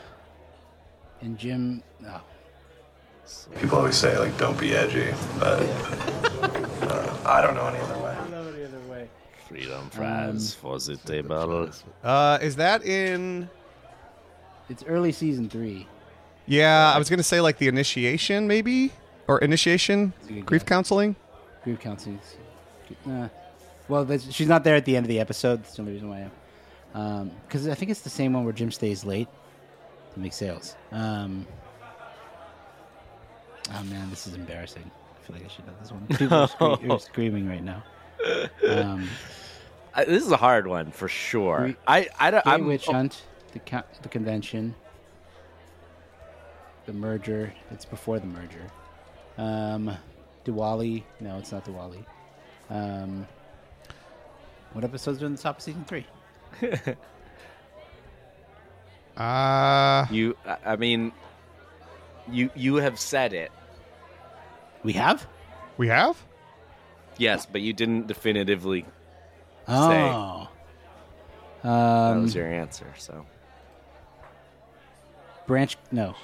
Speaker 4: and Jim. Oh,
Speaker 12: People always say like, "Don't be edgy," but uh, I don't know any other way.
Speaker 5: Freedom fries
Speaker 4: Um,
Speaker 5: for the table.
Speaker 3: Uh, is that in?
Speaker 4: it's early season three.
Speaker 3: Yeah, I was gonna say like the initiation maybe or initiation grief counseling.
Speaker 4: Group counseling. Uh, well, that's- she's not there at the end of the episode. That's the only reason why I am. Because I think it's the same one where Jim stays late to make sales. Um, oh, man, this is embarrassing. I feel like I should know this one. People are, scre- are screaming right now. Um,
Speaker 5: Uh, this is a hard one for sure.
Speaker 4: We-
Speaker 5: I I don't
Speaker 4: Gay
Speaker 5: I'm
Speaker 4: Witch
Speaker 5: oh,
Speaker 4: Hunt, the, co- the convention, the merger. It's before the merger. Um, Diwali. No, it's not Diwali. Um, what episodes are in the top of season three?
Speaker 3: Uh,
Speaker 5: you I- I mean you you have said it.
Speaker 4: We have.
Speaker 3: we have.
Speaker 5: Yes, but you didn't definitively
Speaker 4: Oh.
Speaker 5: that
Speaker 4: Um,
Speaker 5: was your answer, so.
Speaker 4: branch. No,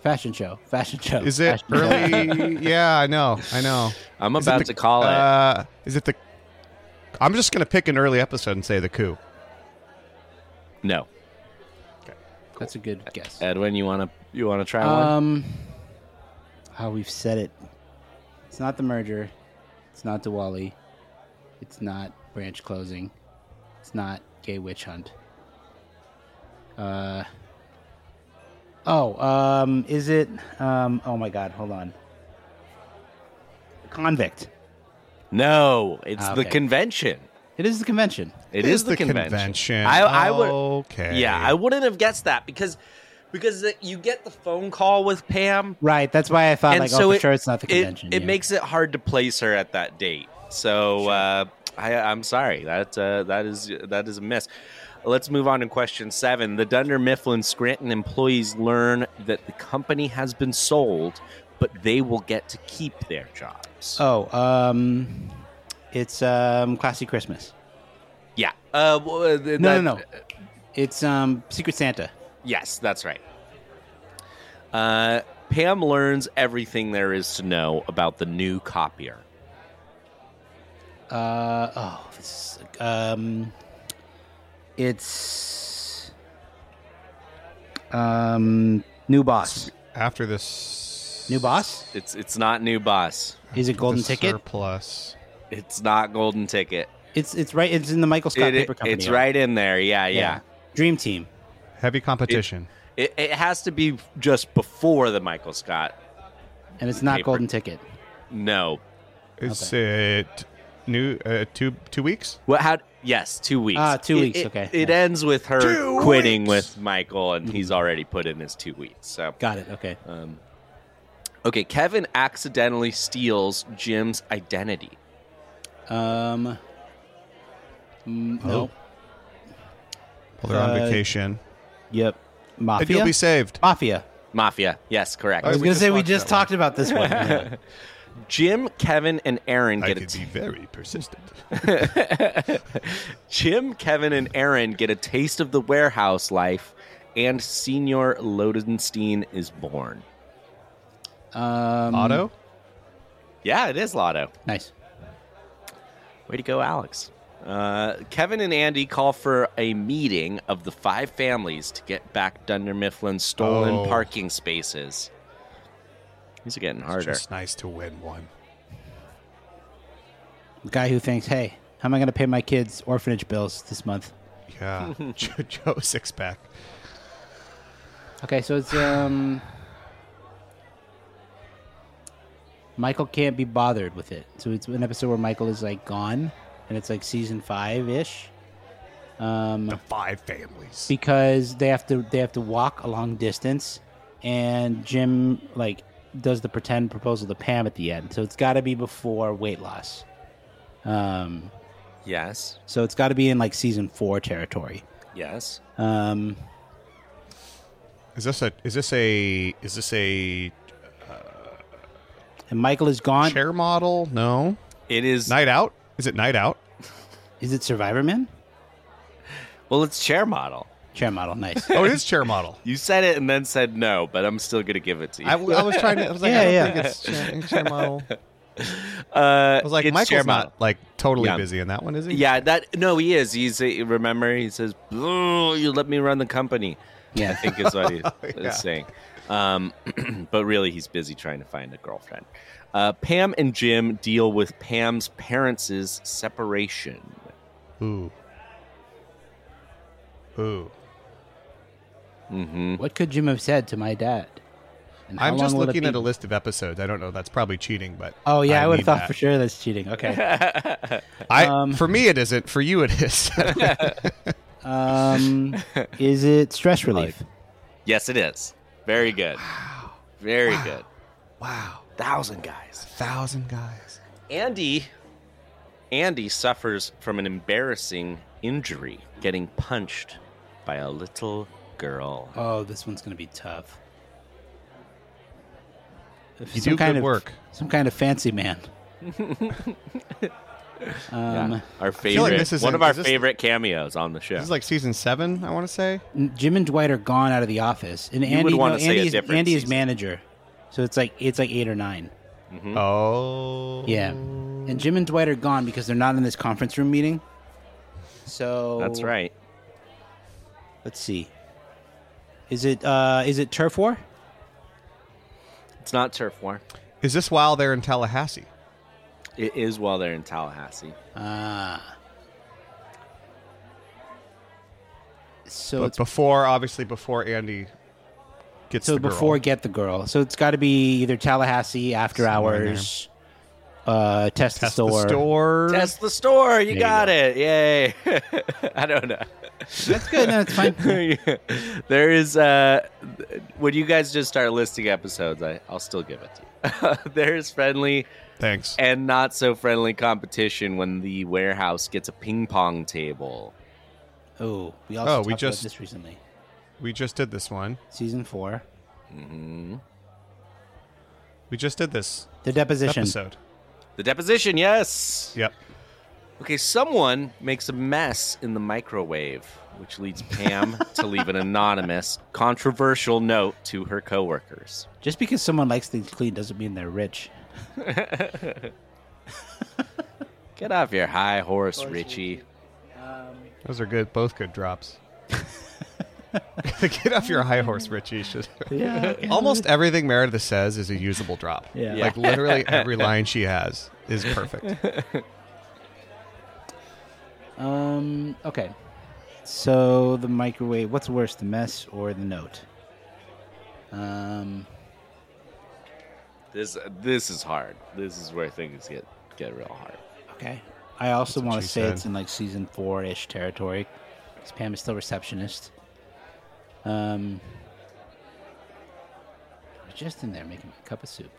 Speaker 4: fashion show. Fashion show.
Speaker 3: Is it
Speaker 4: fashion show.
Speaker 3: early? yeah, I know. I know.
Speaker 5: I'm
Speaker 3: Is it
Speaker 5: about
Speaker 3: the-
Speaker 5: to call it.
Speaker 3: Uh, is it the? I'm just gonna pick an early episode and say the coup.
Speaker 5: No.
Speaker 4: That's a good guess.
Speaker 5: Edwin, you want to you want to try one?
Speaker 4: Um, how we've said it. It's not the merger. It's not Diwali. It's not branch closing. It's not gay witch hunt. Uh. Oh, um, is it? Um, oh my God, hold on. Convict.
Speaker 5: No, it's
Speaker 4: Ah,
Speaker 5: the
Speaker 4: okay.
Speaker 5: convention.
Speaker 4: It is the convention.
Speaker 5: It is, the, convention. I, I would.
Speaker 3: Okay.
Speaker 5: Yeah, I wouldn't have guessed that because because the, you get the phone call with Pam,
Speaker 4: Right. That's why I thought
Speaker 5: and
Speaker 4: like,
Speaker 5: so
Speaker 4: oh, for
Speaker 5: it,
Speaker 4: sure, it's not the
Speaker 5: it-
Speaker 4: convention.
Speaker 5: It, makes it hard to place her at that date. So uh, I, I'm sorry that uh, that is that is a miss. Let's move on to question seven. The Dunder Mifflin Scranton employees learn that the company has been sold, but they will get to keep their job.
Speaker 4: Oh, um, it's um, classy Christmas.
Speaker 5: Yeah. Uh, well, uh, th-
Speaker 4: No,
Speaker 5: that-
Speaker 4: no, no. It's um, Secret Santa.
Speaker 5: Yes, that's right. Uh, Pam learns everything there is to know about the new copier.
Speaker 4: Uh, oh, this is, um, it's um, new boss.
Speaker 3: After this,
Speaker 4: new boss.
Speaker 5: It's it's not new boss.
Speaker 4: Is it golden ticket?
Speaker 3: Surplus.
Speaker 5: It's not golden ticket.
Speaker 4: It's it's right. It's in the Michael Scott
Speaker 5: It-
Speaker 4: Paper
Speaker 5: it-
Speaker 4: Company.
Speaker 5: it's right in there. Yeah, yeah.
Speaker 4: Dream Team.
Speaker 3: Heavy competition.
Speaker 5: It, it has to be just before the Michael Scott.
Speaker 4: and it's not
Speaker 5: Paper-
Speaker 4: golden ticket.
Speaker 5: No.
Speaker 3: Is it new? Uh, two two weeks?
Speaker 5: What? How? Yes, two weeks.
Speaker 4: Ah, two
Speaker 5: It-
Speaker 4: weeks,
Speaker 5: it-
Speaker 4: okay.
Speaker 5: It
Speaker 4: Yeah.
Speaker 5: ends with her
Speaker 4: Two
Speaker 5: quitting with Michael, and he's already put in his two weeks. So
Speaker 4: got it. Okay.
Speaker 5: Um, okay. Kevin accidentally steals Jim's identity.
Speaker 4: Um, mm,
Speaker 3: Oh.
Speaker 4: no.
Speaker 3: Well, they're on
Speaker 4: Uh,
Speaker 3: vacation.
Speaker 4: Yep. Mafia.
Speaker 3: And you'll be saved.
Speaker 4: Mafia.
Speaker 5: Mafia. Yes, correct.
Speaker 4: I was gonna say we just talked about this one. Yeah.
Speaker 5: Jim, Kevin, and Aaron get a t-
Speaker 3: very persistent.
Speaker 5: Jim, Kevin, and Aaron get a taste of the warehouse life, and Senior Lodenstein is born.
Speaker 4: Um,
Speaker 3: Auto?
Speaker 5: Yeah, it is Lotto.
Speaker 4: Nice.
Speaker 5: Way to go, Alex. Uh, Kevin and Andy call for a meeting of the five families to get back Dunder Mifflin's stolen
Speaker 3: Oh.
Speaker 5: parking spaces. These are getting harder.
Speaker 3: Just nice to win one.
Speaker 4: The guy who thinks, "Hey, how am I going to pay my kids' orphanage bills this month?"
Speaker 3: Yeah. Joe, Joe six pack.
Speaker 4: Okay, so it's um, Michael can't be bothered with it. So it's an episode where Michael is like gone, and it's like season five ish. Um, the
Speaker 3: five families
Speaker 4: because they have to they have to walk a long distance, and Jim like does the pretend proposal to Pam at the end. So it's got to be before weight loss. Um,
Speaker 5: Yes.
Speaker 4: so it's got to be in like season four territory.
Speaker 5: Yes.
Speaker 4: Um,
Speaker 3: Is this a? Is this a? Is this a?
Speaker 4: and Michael is gone.
Speaker 3: Chair model? No.
Speaker 5: It is
Speaker 3: night out. Is it night out?
Speaker 4: Is it Survivor Man?
Speaker 5: Well, it's chair model.
Speaker 4: Chair model, nice.
Speaker 3: Oh, it is chair model.
Speaker 5: You said it and then said no, but I'm still gonna give it to you.
Speaker 3: I, w- I was trying to. I was like,
Speaker 4: Yeah,
Speaker 3: I don't
Speaker 4: yeah.
Speaker 3: think it's chair, chair model. I
Speaker 5: Uh,
Speaker 3: was like,
Speaker 5: it's
Speaker 3: Michael's
Speaker 5: chair
Speaker 3: not
Speaker 5: model.
Speaker 3: like totally
Speaker 5: Yeah.
Speaker 3: busy in that one, is he?
Speaker 5: Yeah, that no, he is. He's a, remember he says, "Oh, "You let me run the company."
Speaker 4: Yeah.
Speaker 5: I think is what he
Speaker 3: Yeah.
Speaker 5: is saying. Um, but really, he's busy trying to find a girlfriend. Uh, Pam and Jim deal with Pam's parents' separation.
Speaker 3: Ooh. Ooh.
Speaker 5: Mm-hmm.
Speaker 4: What could Jim have said to my dad? And how
Speaker 3: I'm just
Speaker 4: long will it
Speaker 3: looking
Speaker 4: be?
Speaker 3: at a list of episodes. I don't know. That's probably cheating, but
Speaker 4: Oh yeah, I,
Speaker 3: need
Speaker 4: would have thought
Speaker 3: that.
Speaker 4: for sure Um, that's cheating. Okay.
Speaker 3: I for me it isn't. For you it is.
Speaker 4: um, is it stress relief?
Speaker 5: Yes, it is. Very good. Very good.
Speaker 3: wow.
Speaker 5: Thousand guys.
Speaker 3: Thousand guys.
Speaker 5: Andy Andy suffers from an embarrassing injury getting punched by a little girl.
Speaker 4: Oh, this one's gonna be tough. If
Speaker 3: You do good
Speaker 4: of
Speaker 3: work.
Speaker 4: Some kind of fancy man. um,
Speaker 5: Our
Speaker 3: I feel
Speaker 5: favorite
Speaker 3: like this is
Speaker 5: one
Speaker 3: an-
Speaker 5: of our
Speaker 3: is this-
Speaker 5: favorite cameos on the show.
Speaker 3: This is like season seven, I want to say.
Speaker 4: N- Jim and Dwight are gone out of the office, and
Speaker 5: You would
Speaker 4: Andy, no,
Speaker 5: wanna say a
Speaker 4: Andy's,
Speaker 5: different
Speaker 4: Andy is
Speaker 5: season.
Speaker 4: manager, so it's like it's like eight or nine.
Speaker 3: Mm-hmm.
Speaker 5: Mhm.
Speaker 3: Oh.
Speaker 4: Yeah, and Jim and Dwight are gone because they're not in this conference room meeting. So
Speaker 5: That's right.
Speaker 4: Let's see. Is it uh is it turf war?
Speaker 5: It's not turf war.
Speaker 3: Is this while they're in Tallahassee?
Speaker 5: It is while they're in Tallahassee.
Speaker 4: Ah. So
Speaker 3: but
Speaker 4: it's
Speaker 3: before obviously before Andy gets
Speaker 4: so
Speaker 3: the girl.
Speaker 4: before get the girl. So it's got to be either Tallahassee after
Speaker 3: Somewhere in
Speaker 4: hours uh, test, the store.
Speaker 5: Test the store. You
Speaker 4: There you
Speaker 5: got it. Yay. I don't know.
Speaker 4: That's good. No, it's fine.
Speaker 5: There is uh th- when you guys just start listing episodes, I, I'll still give it to you. There's friendly
Speaker 3: Thanks.
Speaker 5: and not so friendly competition when the warehouse gets a ping pong table.
Speaker 4: Oh, we
Speaker 3: also Oh, we talked about
Speaker 4: just
Speaker 3: just-
Speaker 4: this
Speaker 3: this
Speaker 4: recently.
Speaker 3: We just did this one.
Speaker 4: Season four.
Speaker 5: Mm-hmm.
Speaker 3: We just did this.
Speaker 4: The deposition.
Speaker 3: episode.
Speaker 5: The deposition, yes.
Speaker 3: Yep.
Speaker 5: Okay, someone makes a mess in the microwave, which leads Pam to leave an anonymous, controversial note to her coworkers.
Speaker 4: Just because someone likes things clean doesn't mean they're rich.
Speaker 5: Get off your high horse, Richie.
Speaker 3: Those are good. Both good drops. Get off your high horse, Richie. Should-
Speaker 5: Yeah, okay.
Speaker 3: Almost everything Meredith says is a usable drop.
Speaker 4: Yeah. Yeah.
Speaker 3: Like literally every line she has is perfect.
Speaker 4: Um. Okay. So the microwave. What's worse, the mess or the note? Um.
Speaker 5: This this is hard. This is where things get get real hard.
Speaker 4: Okay. I also
Speaker 5: what
Speaker 4: want
Speaker 5: she
Speaker 4: to say
Speaker 5: said.
Speaker 4: it's in like season four ish territory. 'cause Pam is still receptionist. Um. I was just in there making a cup of soup.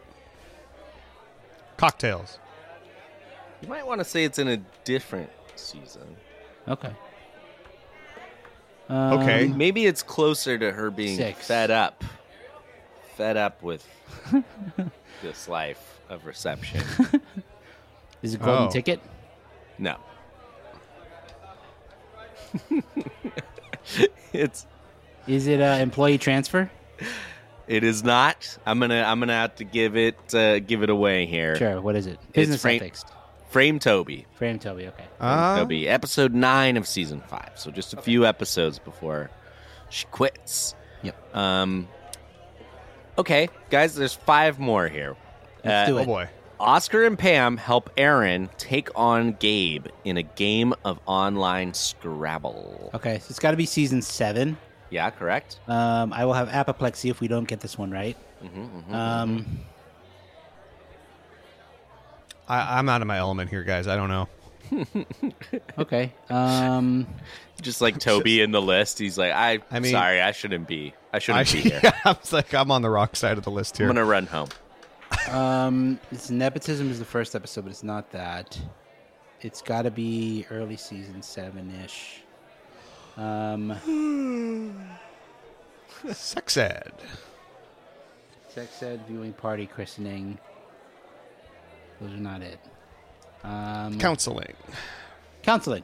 Speaker 3: Cocktails.
Speaker 5: You might want to say it's in a different season.
Speaker 4: Okay.
Speaker 3: Okay.
Speaker 4: Um,
Speaker 5: Maybe it's closer to her being
Speaker 4: Six.
Speaker 5: fed up. Fed up with this life of reception.
Speaker 4: Is it golden
Speaker 5: Oh.
Speaker 4: ticket?
Speaker 5: No. it's
Speaker 4: Is it uh, employee transfer?
Speaker 5: it is not. I'm gonna I'm gonna have to give it uh, give it away here.
Speaker 4: Sure. What is it?
Speaker 5: It's
Speaker 4: Business
Speaker 5: frame, Uh,
Speaker 4: ethics.
Speaker 5: Frame Toby.
Speaker 4: Frame Toby. Okay.
Speaker 3: Uh-huh.
Speaker 5: It'll
Speaker 3: Um,
Speaker 5: be episode nine of season five. So just a few episodes before she quits.
Speaker 4: Yep.
Speaker 5: Um. Okay, guys. There's five more here.
Speaker 4: Let's do it. Oh,
Speaker 3: boy.
Speaker 5: Oscar and Pam help Aaron take on Gabe in a game of online Scrabble.
Speaker 4: Okay. So it's got to be season seven.
Speaker 5: Yeah, correct.
Speaker 4: Um, I will have apoplexy if we don't get this one right.
Speaker 5: Mm-hmm,
Speaker 4: Um,
Speaker 3: I, I'm out of my element here, guys. I don't know.
Speaker 4: okay. Um,
Speaker 5: Just like Toby in the list, he's like,
Speaker 3: I
Speaker 5: I, I
Speaker 3: mean-
Speaker 5: mean, sorry, I shouldn't be. I shouldn't
Speaker 3: I,
Speaker 5: be here.
Speaker 3: I was like, I'm on the wrong side of the list
Speaker 5: I'm
Speaker 3: here.
Speaker 5: gonna run home.
Speaker 4: um, it's nepotism is the first episode, but it's not that. It's got to be early season seven ish. Um,
Speaker 3: Sex ed.
Speaker 4: sex ed, viewing party, christening. Those are not it. Um,
Speaker 3: Counseling.
Speaker 4: counseling,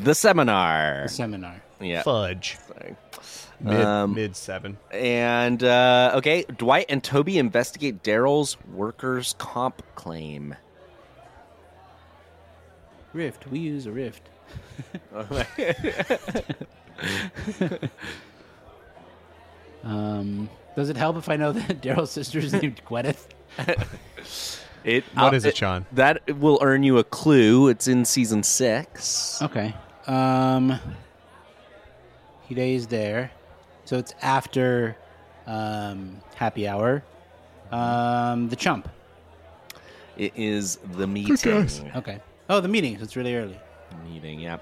Speaker 5: The seminar.
Speaker 4: the seminar.
Speaker 5: yeah.
Speaker 3: Fudge.
Speaker 5: Sorry.
Speaker 3: Mid,
Speaker 5: Um,
Speaker 3: mid seven.
Speaker 5: And uh, okay, Dwight and Toby investigate Daryl's workers' comp claim.
Speaker 4: Rift. We use a rift. Um, does it help if I know that Daryl's sister is named Gwyneth?
Speaker 5: It
Speaker 3: What
Speaker 5: uh,
Speaker 3: is it, Sean?
Speaker 5: That will earn you a clue. It's in season six.
Speaker 3: Oh.
Speaker 4: Okay. Um, Hide is there, so it's after um, happy hour. Um, the chump.
Speaker 5: It is the meeting.
Speaker 4: Okay. Oh, the meeting. So it's really early.
Speaker 5: Meeting, yeah.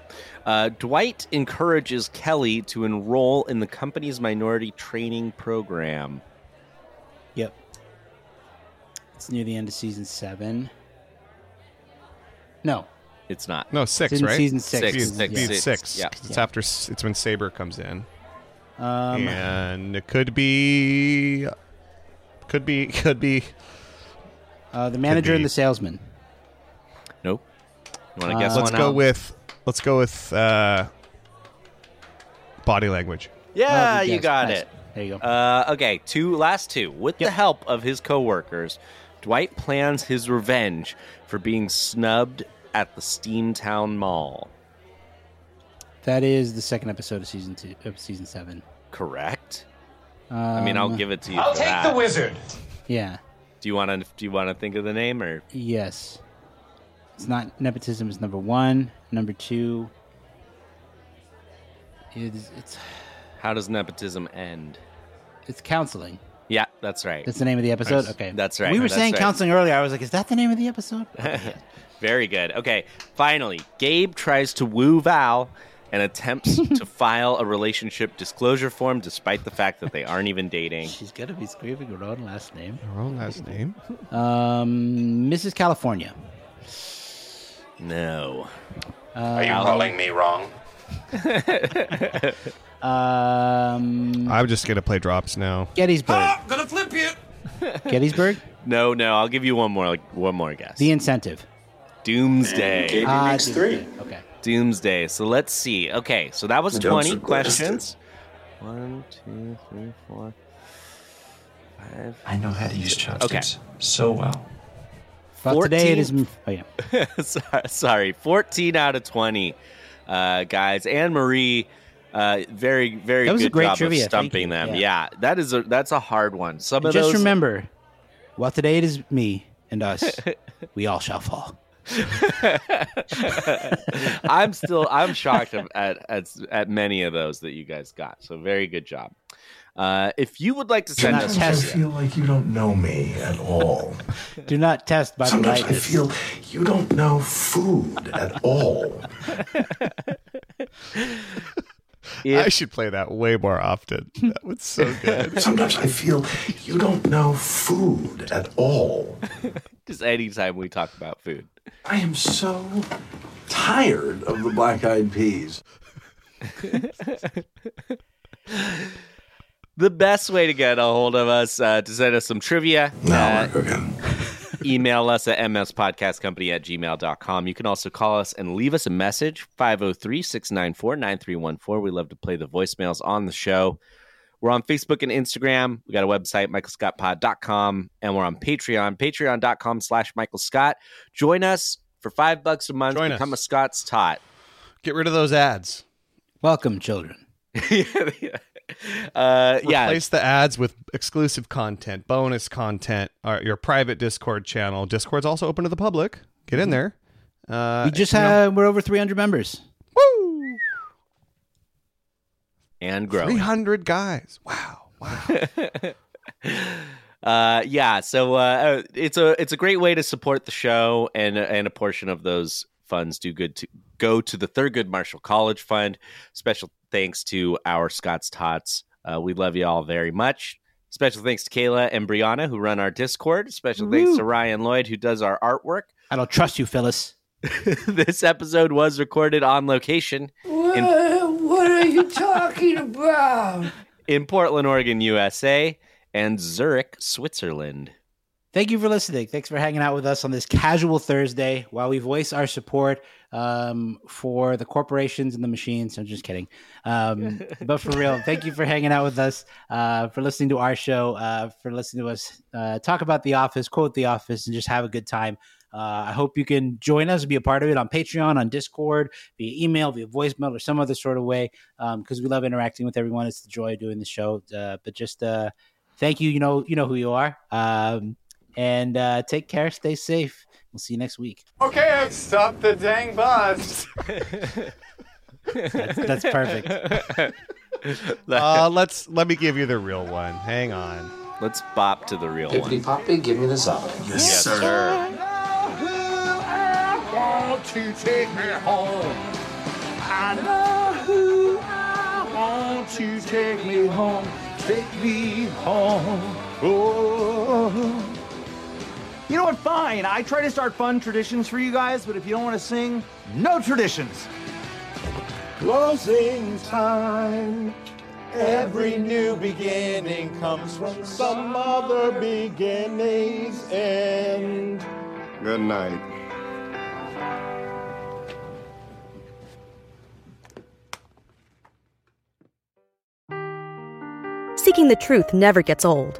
Speaker 5: Uh, Dwight encourages Kelly to enroll in the company's minority training program.
Speaker 4: Yep. It's near the end of season seven. No,
Speaker 5: It's not.
Speaker 3: No, six,
Speaker 4: It's in
Speaker 3: right?
Speaker 4: season six.
Speaker 5: Six,
Speaker 3: Season-
Speaker 5: six,
Speaker 3: be
Speaker 5: six,
Speaker 3: six.
Speaker 5: yeah.
Speaker 3: 'cause It's after. s- It's when Saber comes in,
Speaker 4: um,
Speaker 3: and it could be, could be, could be.
Speaker 4: uh, the manager
Speaker 3: be.
Speaker 4: and the salesman.
Speaker 5: Nope. You want to
Speaker 4: Uh,
Speaker 5: guess?
Speaker 3: Uh, Let's
Speaker 5: one
Speaker 3: go
Speaker 5: out?
Speaker 3: with. Let's go with uh, body language.
Speaker 5: Yeah,
Speaker 4: Oh,
Speaker 5: Ah, you
Speaker 4: yes,
Speaker 5: got
Speaker 4: nice.
Speaker 5: it.
Speaker 4: There you go.
Speaker 5: Uh, okay, two last two. With the help of his coworkers, Dwight plans his revenge for being snubbed at the Steamtown Mall.
Speaker 4: that is the second episode of season two of season seven.
Speaker 5: Correct.
Speaker 4: Um,
Speaker 5: I mean, I'll give it to you.
Speaker 8: I'll
Speaker 5: for
Speaker 8: take
Speaker 5: that.
Speaker 8: the wizard.
Speaker 4: Yeah.
Speaker 5: Do you want to? Do you want to think of the name or?
Speaker 4: Yes. It's not nepotism is number one. Number two is it's
Speaker 5: How does nepotism end?
Speaker 4: it's counseling.
Speaker 5: Yeah, that's right.
Speaker 4: That's the name of the episode.
Speaker 5: Nice.
Speaker 4: Okay,
Speaker 5: That's right.
Speaker 4: We were
Speaker 5: That's
Speaker 4: saying
Speaker 5: right.
Speaker 4: counseling earlier. I was like, is that the name of the episode?
Speaker 5: Very good. Okay, finally, Gabe tries to woo Val and attempts to file a relationship disclosure form despite the fact that they aren't even dating.
Speaker 4: She's gonna be screaming her own last name.
Speaker 3: Her own last name.
Speaker 4: Um, Mrs. California.
Speaker 5: No.
Speaker 12: Are you
Speaker 4: Al-
Speaker 12: calling me wrong?
Speaker 4: Um,
Speaker 3: I'm just gonna play drops now.
Speaker 4: Gettysburg.
Speaker 12: gonna flip you.
Speaker 4: Gettysburg.
Speaker 5: No, no. I'll give you one more, like one more guess.
Speaker 4: The incentive.
Speaker 5: Doomsday.
Speaker 4: Ah, Doomsday. Okay.
Speaker 5: Doomsday. So let's see. Okay, so that was
Speaker 8: Jumps
Speaker 5: twenty
Speaker 8: and
Speaker 5: questions. One, two, three, four, five.
Speaker 9: I know how to use chopsticks
Speaker 5: Okay.
Speaker 9: so well.
Speaker 4: But today it is. Oh yeah.
Speaker 5: Sorry- Sorry, 14 out of 20, uh, guys. Anne Marie, uh, very, very
Speaker 4: That was a
Speaker 5: good
Speaker 4: great
Speaker 5: job
Speaker 4: trivia. Thank
Speaker 5: of stumping
Speaker 4: you.
Speaker 5: them.
Speaker 4: Yeah.
Speaker 5: Yeah. that is a that's a hard one.
Speaker 4: And
Speaker 5: Some of
Speaker 4: just
Speaker 5: those,
Speaker 4: remember, while today it is me and us, we all shall fall.
Speaker 5: I'm still I'm shocked of- at, at at many of those that you guys got. So very good job. Uh, if you would like to send us,
Speaker 12: Sometimes I feel like you don't know me at all.
Speaker 4: Do not test by
Speaker 12: Sometimes I
Speaker 4: politeness.
Speaker 12: feel you don't know food at all.
Speaker 3: I should play that way more often. That was so good.
Speaker 12: Sometimes I feel you don't know food at all.
Speaker 5: just anytime we talk about food,
Speaker 12: I am so tired of the black eyed peas.
Speaker 5: the best way to get a hold of us uh, to send us some trivia. uh, email us at mspodcastcompany at gmail.com. You can also call us and leave us a message, 503 694 9314. We love to play the voicemails on the show. We're on Facebook and Instagram. We got a website, michaelscottpod.com, and we're on Patreon, patreon.com slash Michael Scott. Join us for five bucks a month.
Speaker 3: Join us.
Speaker 5: become a Scott's Tot.
Speaker 3: Get rid of those ads.
Speaker 4: Welcome, children.
Speaker 5: Uh, yeah.
Speaker 3: Replace the ads with exclusive content, bonus content, or your private Discord channel. Discord's also open to the public. Get in there. Uh,
Speaker 4: we just
Speaker 3: you know,
Speaker 4: have we're over 300 members.
Speaker 5: And grow.
Speaker 3: 300 guys. Wow.
Speaker 5: Uh, yeah, so uh, it's a it's a great way to support the show, and and a portion of those funds do good to go to the Thurgood Marshall College Fund. Special thanks to our Scott's Tots. Uh, we love you all very much. Special thanks to Kayla and Brianna who run our Discord. Special thanks
Speaker 4: Woo.
Speaker 5: to Ryan Lloyd who does our artwork.
Speaker 4: I don't trust you, Phyllis.
Speaker 5: this episode was recorded on location
Speaker 8: What, what are you talking about?
Speaker 5: in Portland, Oregon, USA, and Zurich, Switzerland.
Speaker 4: Thank you for listening. Thanks for hanging out with us on this casual Thursday while we voice our support um, for the corporations and the machines. I'm just kidding. Um, but for real, thank you for hanging out with us, uh, for listening to our show, uh, for listening to us uh, talk about The Office, quote The Office, and just have a good time. Uh, I hope you can join us, be a part of it on Patreon, on Discord, via email, via voicemail, or some other sort of way, because we love interacting with everyone. It's the joy of doing the show. Uh, but just uh, thank you. You know, you know who you are. Um, and uh, take care. Stay safe. We'll see you next week.
Speaker 11: Okay, I've stopped the dang bus.
Speaker 4: That's, that's perfect.
Speaker 3: Uh, let's let me give you the real one. Hang on.
Speaker 5: Let's bop to the real
Speaker 9: Pippity
Speaker 5: one.
Speaker 9: poppy, give me the sock.
Speaker 12: Yes, sir.
Speaker 11: I want to take me home. I know who I want to take me home. Take me home. Oh.
Speaker 13: You know what? Fine. I try to start fun traditions for you guys, but if you don't want to sing, no traditions.
Speaker 11: Closing time. Every new beginning comes from some other beginning's end.
Speaker 12: Good night.
Speaker 14: Seeking the truth never gets old.